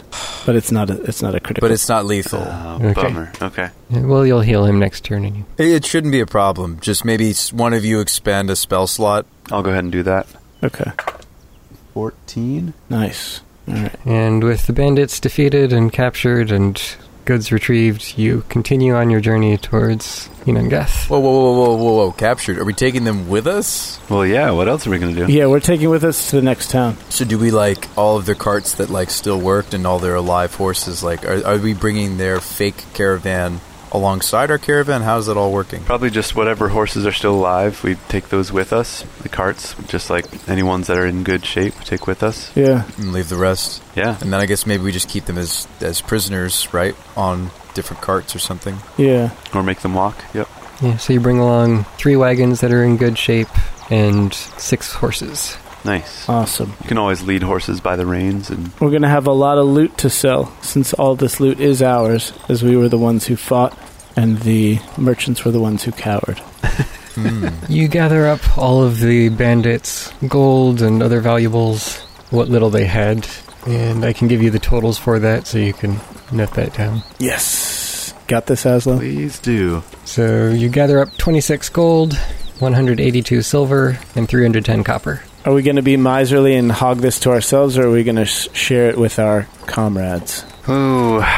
But it's not a it's not a critical.
but it's not lethal.
Oh,
Okay.
bummer. Okay.
well, you'll heal him next turn, and you.
It- it shouldn't be a problem. Just maybe s- one of you expand a spell slot.
I'll go ahead and do that.
okay.
14?
Nice. All right.
And with the bandits defeated and captured and goods retrieved, you continue on your journey towards Enangath.
Whoa, whoa, whoa, whoa, whoa, whoa! Captured. Are we taking them with us?
Well, yeah, what else are we going to do?
Yeah, we're taking with us to the next town.
So do we like all of the carts that like still worked and all their alive horses? Like, are, are we bringing their fake caravan alongside our caravan? How's that all working?
Probably just whatever horses are still alive, we take those with us. The carts, just like any ones that are in good shape, we take with us.
Yeah.
And leave the rest.
Yeah.
And then I guess maybe we just keep them as as prisoners, right? On different carts or something.
Yeah.
Or make them walk. Yep.
Yeah, so you bring along three wagons that are in good shape and six horses.
Nice.
Awesome.
You can always lead horses by the reins and
We're going to have a lot of loot to sell since all this loot is ours, as we were the ones who fought and the merchants were the ones who cowered.
Hmm.
You gather up all of the bandits' gold and other valuables, what little they had, and I can give you the totals for that so you can note that down.
Yes. Got this, Aslo?
please do.
So you gather up 26 gold, 182 silver, and 310 copper.
Are we going to be miserly and hog this to ourselves, or are we going to sh- share it with our comrades?
Ooh. (sighs)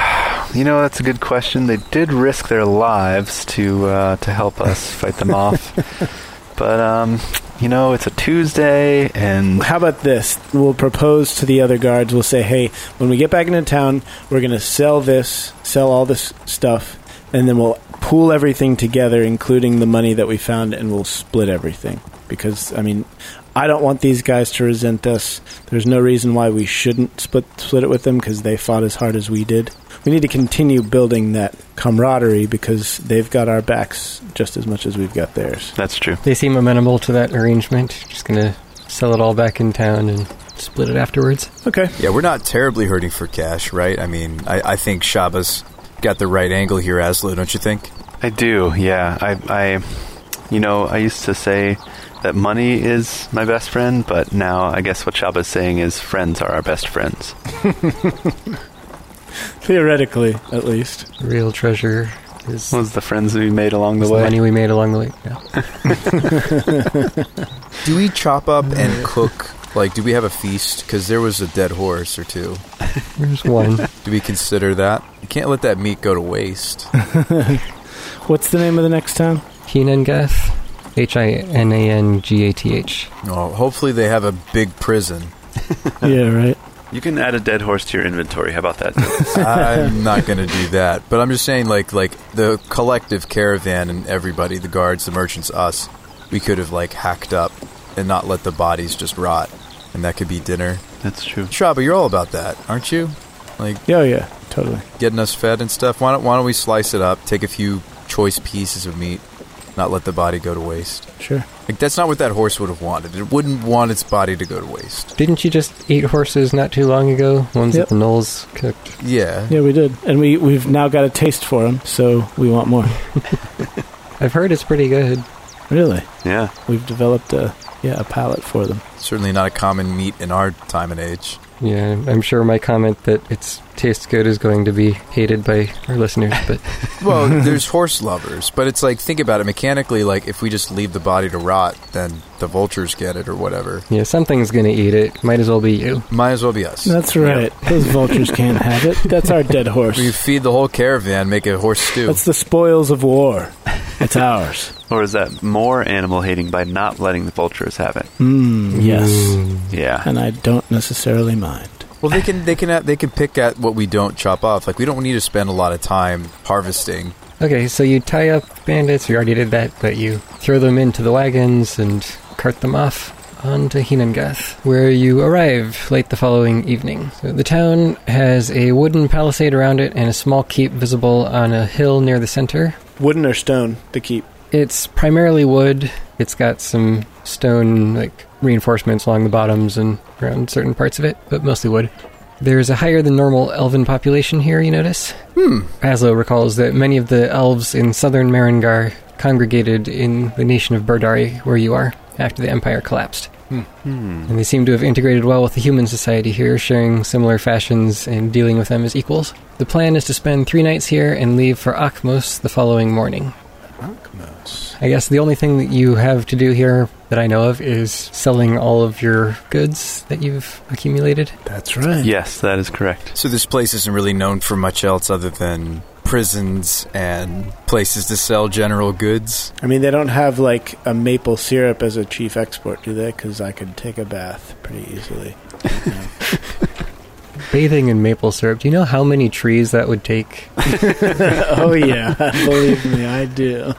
You know, that's a good question. They did risk their lives to uh, to help us fight them
(laughs)
off. But um, you know, it's a Tuesday and
How about this? We'll propose to the other guards. We'll say, hey, when we get back into town, we're going to sell this, sell all this stuff, and then we'll pool everything together, including the money that we found, and we'll split everything. Because, I mean, I don't want these guys to resent us. There's no reason why we shouldn't split, split it with them because they fought as hard as we did. We need to continue building that camaraderie because they've got our backs just as much as we've got theirs.
that's true.
They seem amenable to that arrangement. Just gonna sell it all back in town and split it afterwards.
Okay.
Yeah, we're not terribly hurting for cash, right? I mean, I, I think Shaba's got the right angle here, Aslo, don't you think?
I do, yeah. I, I, you know, I used to say that money is my best friend, but now I guess what Shaba's saying is friends are our best friends.
Theoretically, at least.
Real treasure is
Those the friends we made along the
the
way.
money we made along the way. Yeah.
Do we chop up and cook? Like, do we have a feast? Because there was a dead horse or two.
There's one.
(laughs)
Do we consider that? You can't let that meat go to waste.
What's the name of the next town?
Hinangath. H I N A N G A T H.
Oh, hopefully they have a big prison.
yeah, right.
You can add a dead horse to your inventory. How about that?
I'm not going to do that. But I'm just saying, like, like the collective caravan and everybody, the guards, the merchants, us, we could have, like, hacked up and not let the bodies just rot. And that could be dinner.
(laughs) that's true.
Shaba, you're all about that, aren't you? Like,
Yeah, yeah, totally.
getting us fed and stuff. Why don't Why don't we slice it up? Take a few choice pieces of meat, not let the body go to waste.
Sure.
Like that's not what that horse would have wanted. It wouldn't want its body to go to waste.
Didn't you just eat horses not too long ago? Ones
Yep.
that the Knolls cooked.
Yeah.
Yeah, we did, and we we've now got a taste for them, so we want more.
I've heard it's pretty good.
Really,
Yeah.
we've developed a yeah a palate for them.
Certainly not a common meat in our time and age.
Yeah, I'm sure my comment that it's tastes good is going to be hated by our listeners,
(laughs)
but
Well, there's horse lovers, but it's like think about it mechanically. Like if we just leave the body to rot, then the vultures get it or whatever.
yeah, something's going to eat it. Might as well be you.
Might as well be us.
That's right. Those vultures can't have it. That's our dead horse.
We feed the whole caravan, make a horse stew.
That's the spoils of war. It's ours.
Or is that more animal hating by not letting the vultures have it?
Mm, yes.
Mm-hmm.
Yeah.
And I don't necessarily mind.
Well, they can they can they can pick at what we don't chop off. Like we don't need to spend a lot of time harvesting.
Okay, so you tie up bandits. We already did that, but you throw them into the wagons and cart them off onto Hinangath, where you arrive late the following evening. So the town has a wooden palisade around it and a small keep visible on a hill near the center.
Wooden or stone to keep.
It's primarily wood. It's got some stone like reinforcements along the bottoms and around certain parts of it, but mostly wood. There's a higher than normal elven population here, you notice?
Hmm.
Aslo recalls that many of the elves in southern Marengar congregated in the nation of Berdari, where you are, after the empire collapsed.
Hmm.
And they seem to have integrated well with the human society here, sharing similar fashions and dealing with them as equals. The plan is to spend three nights here and leave for Akmos the following morning. I guess the only thing that you have to do here that I know of is selling all of your goods that you've accumulated.
That's
(laughs)
right.
Yes, that is correct.
So this place isn't really known for much else other than prisons and places to sell general goods.
I mean, they don't have like a maple syrup as a chief export, do they? Because I could take a bath pretty easily.
Bathing in maple syrup. Do you know how many trees that would take?
(laughs) oh yeah, believe me, I do.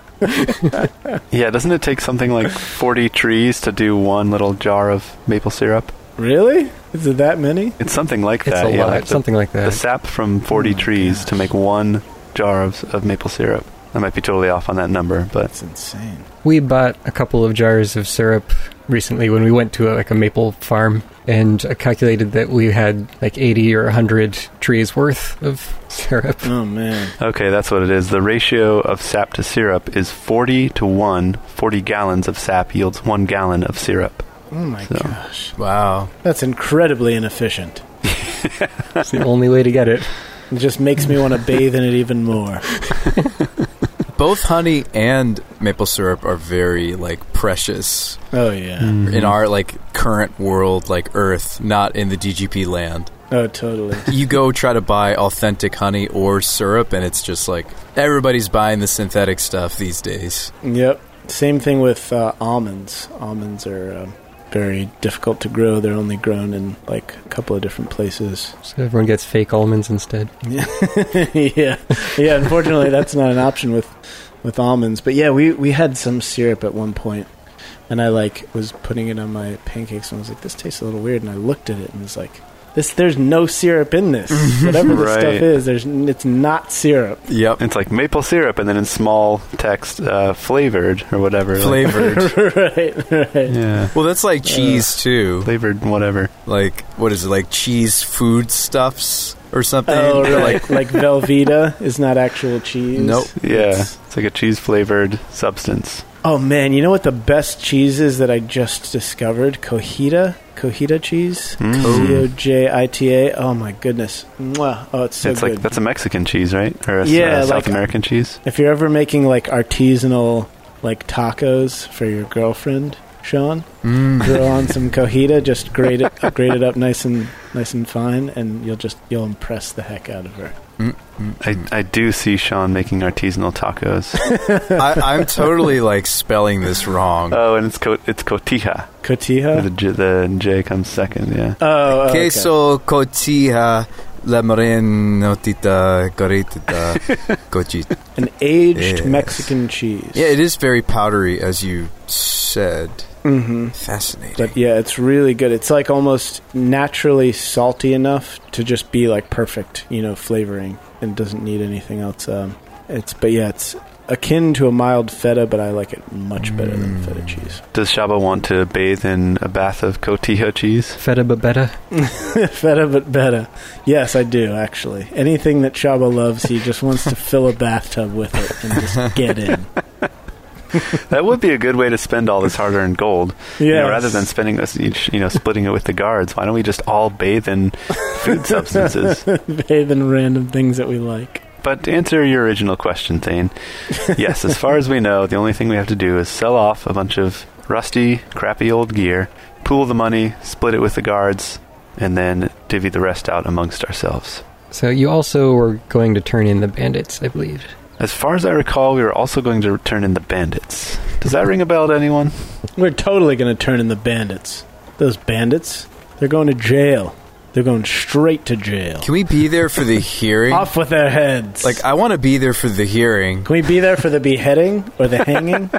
Yeah, doesn't it take something like 40 trees to do one little jar of maple syrup?
Really? Is it that many?
It's something like
It's
that.
a
yeah,
lot.
like the,
something like
the
that.
sap from 40
Oh my
trees
gosh.
to make one jar of, of maple syrup. I might be totally off on that number, but
That's insane.
We bought a couple of jars of syrup recently when we went to like a maple farm and I calculated that we had like 80 or 100 trees worth of (laughs) syrup.
Oh man.
okay, that's what it is. The ratio of sap to syrup is 40 to 1. 40 gallons of sap yields 1 gallon of syrup.
Oh my
So-
gosh.
Wow.
That's incredibly inefficient.
It's the only way to get it.
It just makes me want to bathe in it even more.
Both honey and maple syrup are very like precious
Oh yeah.
in our like current world, like Earth, not in the DGP land.
Oh totally.
You go try to buy authentic honey or syrup, and it's just like everybody's buying the synthetic stuff these days.
Yep. Same thing with uh, almonds. Almonds are um, very difficult to grow. They're only grown in like a couple of different places.
So everyone gets fake almonds instead.
(laughs) yeah, yeah. Unfortunately, that's not an option with with almonds. But yeah, we we had some syrup at one point, and I like was putting it on my pancakes, and I was like, "This tastes a little weird." And I looked at it and was like, "This, there's no syrup
(laughs)
in this. Whatever this
Right.
stuff is, there's n- it's not syrup." (laughs)
Yep.
It's like maple syrup and then in small text, uh, flavored or whatever. like-
(laughs)
Flavored.
right,
(laughs)
right.
yeah.
well, that's like cheese too.
Flavored whatever.
like what is it like cheese food stuffs or something
Oh,
They're like
right. like Velveeta is not actual cheese.
Nope.
Yeah.
It's-
It's like a cheese flavored substance.
Oh man, you know what the best cheese is that I just discovered? Cojita, Cojita cheese,
Mm.
C O J I T A. Oh my goodness, Mwah. oh it's so
it's
good.
like that's a Mexican cheese, right? Or a
Yeah,
uh, South
like-
American cheese.
if you're ever making like artisanal like tacos for your girlfriend, Sean,
mm.
throw on
(laughs)
some Cojita, just grate it, grate it up nice and nice and fine, and you'll just you'll impress the heck out of her.
I, I do see Sean making artisanal tacos.
I, i'm totally like spelling this wrong
(laughs) oh, and it's co- it's cotija. The
Cotija.
J, the J comes second. Yeah.
Oh, oh, okay.
queso cotija la morenotita goritita cochita
an aged
Yes.
Mexican cheese.
yeah it is very powdery as you said
Mm-hmm.
fascinating
But yeah, it's really good. It's like almost naturally salty enough to just be like perfect, you know, flavoring and doesn't need anything else. Um, it's but yeah, it's akin to a mild feta, but I like it much better than feta
Mm.
cheese. (laughs)
Does Shaba want to bathe in a bath of cotija cheese?
Feta babetta.
feta but better. Yes, I do actually. Anything that Shaba loves, he just wants to fill a bathtub with it and just get in.
that would be a good way to spend all this hard-earned gold. (laughs) You know,
Yes.
rather than spending this each, you know, splitting it with the guards, why don't we just all bathe in
(laughs)
food substances?
bathe in random things that we like.
But to answer your original question, (laughs) Thane, yes, as far as we know, the only thing we have to do is sell off a bunch of rusty, crappy old gear, pool the money, split it with the guards, and then divvy the rest out amongst ourselves.
So you also were going to turn in the bandits, I believe.
As far as I recall, we were also going to turn in the bandits. Does that ring a bell to anyone?
We're totally going to turn in the bandits. Those bandits, they're going to jail. They're going straight to jail.
Can we be there
(laughs)
for the hearing?
Off with their heads.
Like, I want to be there for the hearing.
Can we be there for the beheading or the
(laughs)
hanging?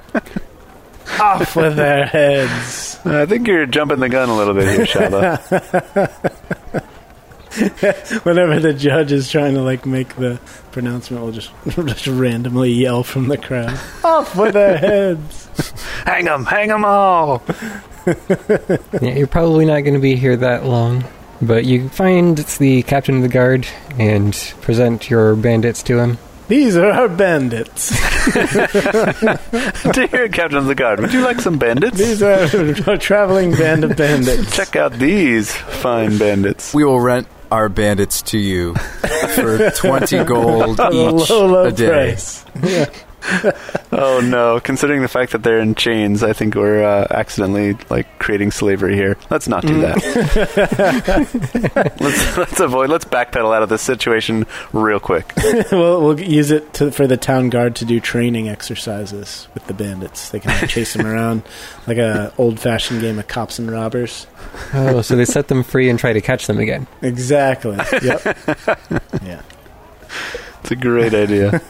Off with their heads.
I think you're jumping the gun a little bit here, (laughs) Shaba.
Whenever the judge is trying to like make the pronouncement, we'll just, (laughs) we'll just randomly yell from the crowd.
Oh,
Off with their heads.
hang 'em, hang 'em all!
Yeah, you're probably not going to be here that long, but you find it's the captain of the guard and present your bandits to him.
These are our bandits.
(laughs) Dear Captain of the Guard, would you like some bandits?
These are our traveling band of bandits.
Check out these fine bandits.
We will rent our bandits to you
(laughs)
for 20 gold
At (laughs) a
each
low, low
a day.
price. Yeah.
Oh no! Considering the fact that they're in chains, I think we're uh, accidentally like creating slavery here. Let's not do that. (laughs)
(laughs)
let's let's avoid. Let's backpedal out of this situation real quick.
(laughs) we'll, we'll use it to, for the town guard to do training exercises with the bandits. They can like, chase them (laughs) around like a old fashioned game of cops and robbers.
Oh, so they (laughs) set them free and try to catch them again.
Exactly. Yep. (laughs) yeah.
It's a great idea.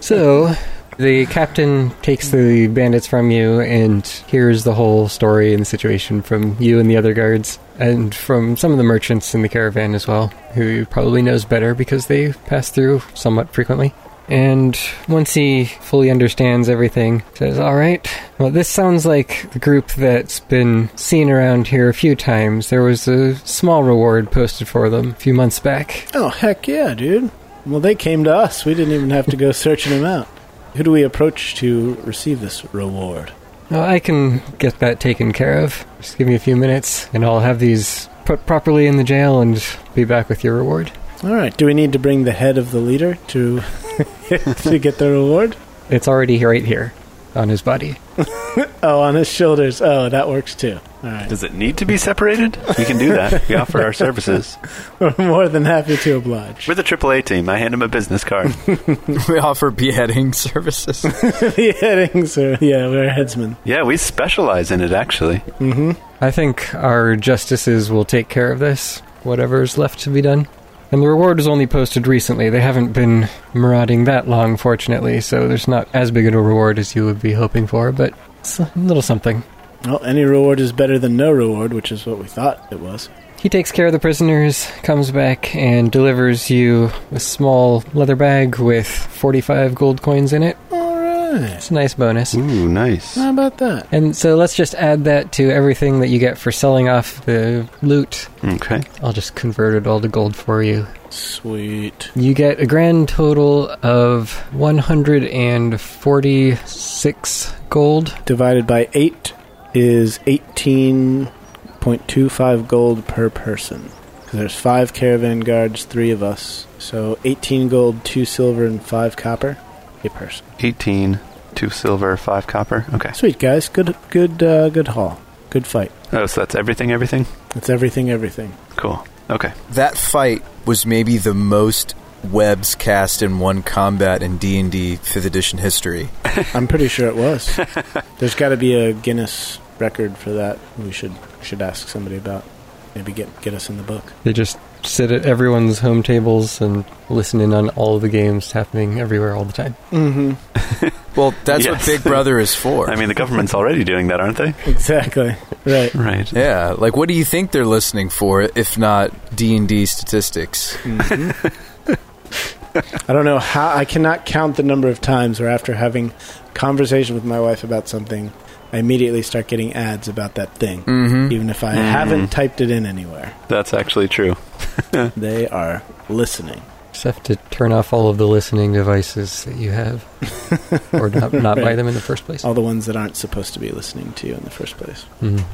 So the captain takes the bandits from you and hears the whole story and situation from you and the other guards, and from some of the merchants in the caravan as well, who probably knows better because they pass through somewhat frequently. And once he fully understands everything, says, "All right, well, this sounds like the group that's been seen around here a few times. There was a small reward posted for them a few months back.
Oh heck yeah, dude. Well, they came to us. We didn't even have to go searching them out. Who do we approach to receive this reward?
Well, I can get that taken care of. Just give me a few minutes, and I'll have these put properly in the jail and be back with your reward.
All right. Do we need to bring the head of the leader to (laughs) to get the reward?
It's already right here on his body.
Oh, on his shoulders. Oh, that works too. All right.
(laughs) Does it need to be separated? We can do that. We offer our services.
(laughs) We're more than happy to oblige.
We're the AAA team. I hand him a business card.
(laughs) We offer
(laughs)
beheading services.
Beheadings are, yeah, we're headsmen.
Yeah, we specialize in it actually.
Mm-hmm.
I think our justices will take care of this, whatever's left to be done. And the reward was only posted recently. They haven't been marauding that long, fortunately, so there's not as big a reward as you would be hoping for, but it's a little something.
Well, any reward is better than no reward, which is what we thought it was.
He takes care of the prisoners, comes back, and delivers you a small leather bag with 45 gold coins in it.
All right.
It's a nice bonus.
Ooh, nice.
How about that?
And so let's just add that to everything that you get for selling off the loot.
Okay.
I'll just convert it all to gold for you.
Sweet.
You get a grand total of 146 gold.
Divided by 8 is 18.25 gold per person. 'Cause There's five caravan guards, three of us. So 18 gold, two silver, and five copper a person.
18, 2 silver, 5 copper. Okay.
Sweet, guys. Good, good, uh, good haul. Good fight.
Oh, so that's everything everything.
It's everything, everything.
Cool. Okay.
that fight was maybe the most webs cast in one combat in D&D 5th edition history.
I'm pretty sure it was. (laughs) There's got to be a Guinness record for that. We should should ask somebody about. Maybe get get us in the book.
They just sit at everyone's home tables and listen in on all the games happening everywhere all the time.
Mm-hmm.
Well, that's what
Yes.
Big Brother
(laughs)
is for.
I mean, the government's already doing that, aren't they?
Exactly. Right.
Right.
yeah, like what do you think they're listening for if not D&D statistics?
Mm-hmm. I don't know how. I cannot count the number of times where after having conversation with my wife about something, I immediately start getting ads about that thing,
Mhm.
even if I
Mhm.
haven't typed it in anywhere.
That's actually true.
They are listening.
Just have to turn off all of the listening devices that you have, or (laughs) not, not buy
Right.
them in the first place.
All the ones that aren't supposed to be listening to you in the first place.
Mhm.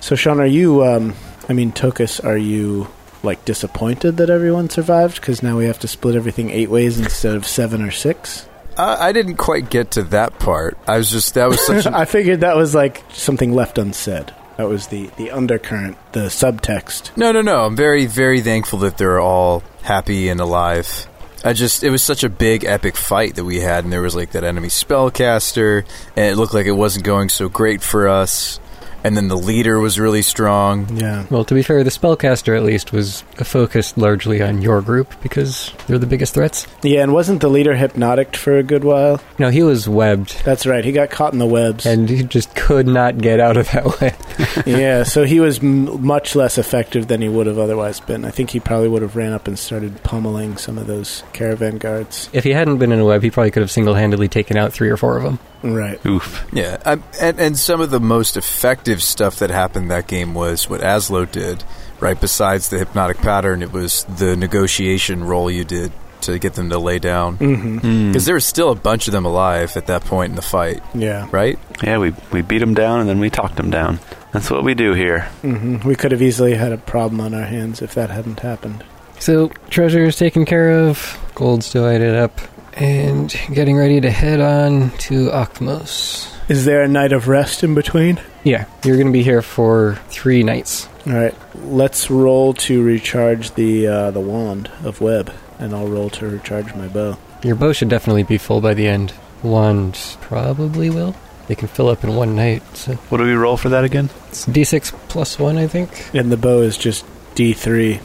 So, Sean, are you? Um, I mean, Tokus, are you like disappointed that everyone survived? Because now we have to split everything eight ways instead of seven or six.
I, I didn't quite get to that part. I was
(laughs)
just that was such an
I figured that was like something left unsaid. That was the the undercurrent, the subtext.
No, no, no. I'm very, very thankful that they're all happy and alive. I just, it was such a big, epic fight that we had, and there was like that enemy spellcaster, and it looked like it wasn't going so great for us. And then the leader was really strong.
Yeah.
Well, to be fair, the spellcaster at least was focused largely on your group because they're the biggest threats.
Yeah, and wasn't the leader hypnotic for a good while?
No, he was webbed,
That's right. He got caught in the webs. (laughs)
and he just could not get out of that (laughs) web.
yeah, so he was m- much less effective than he would have otherwise been. I think he probably would have ran up and started pummeling some of those caravan guards.
If he hadn't been in a web, he probably could have single-handedly taken out three or four of them.
Right.
Oof.
Yeah, I, and and some of the most effective stuff that happened that game was what Aslo did. Right, besides the hypnotic pattern, it was the negotiation role you did to get them to lay down.
hmm
Because there was still a bunch of them alive at that point in the fight,
Yeah.
right?
Yeah, we, we beat him down and then we talked him down. That's what we do here.
hmm We could have easily had a problem on our hands if that hadn't happened.
So, treasure is taken care of, gold's divided up, and getting ready to head on to Ocmos.
Is there a night of rest in between?
Yeah, you're going to be here for three nights.
All right. Let's roll to recharge the uh, the wand of web, and I'll roll to recharge my bow.
Your bow should definitely be full by the end. Wand probably will. They can fill up in one night, so
What do we roll for that again?
it's d6 plus one, I think.
And the bow is just D three.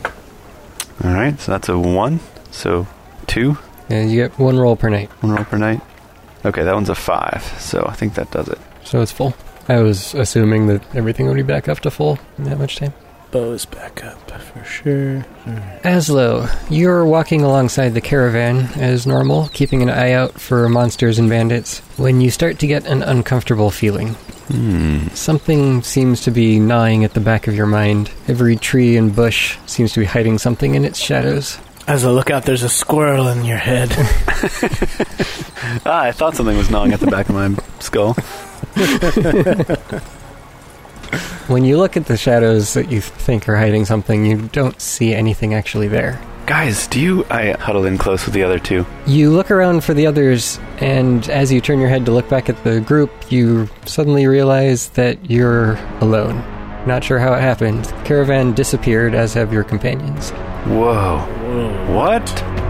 All right, so that's a one. So two,
And you get one roll per night,
one roll per night. Okay, that one's a five. So I think that does it.
so it's full. I was assuming that everything would be back up to full in that much time.
Bow is back up for sure.
Aslo, you're walking alongside the caravan as normal, keeping an eye out for monsters and bandits. When you start to get an uncomfortable feeling,
Hmm.
something seems to be gnawing at the back of your mind. Every tree and bush seems to be hiding something in its shadows.
As a lookout, there's a squirrel in your head.
Ah, I thought something was gnawing at the back of my skull.
When you look at the shadows that you think are hiding something, you don't see anything actually there.
Guys, do you? I huddle in close with the other two.
You look around for the others, and as you turn your head to look back at the group, you suddenly realize that you're alone. Not sure how it happened. The caravan disappeared, as have your companions.
Whoa. What?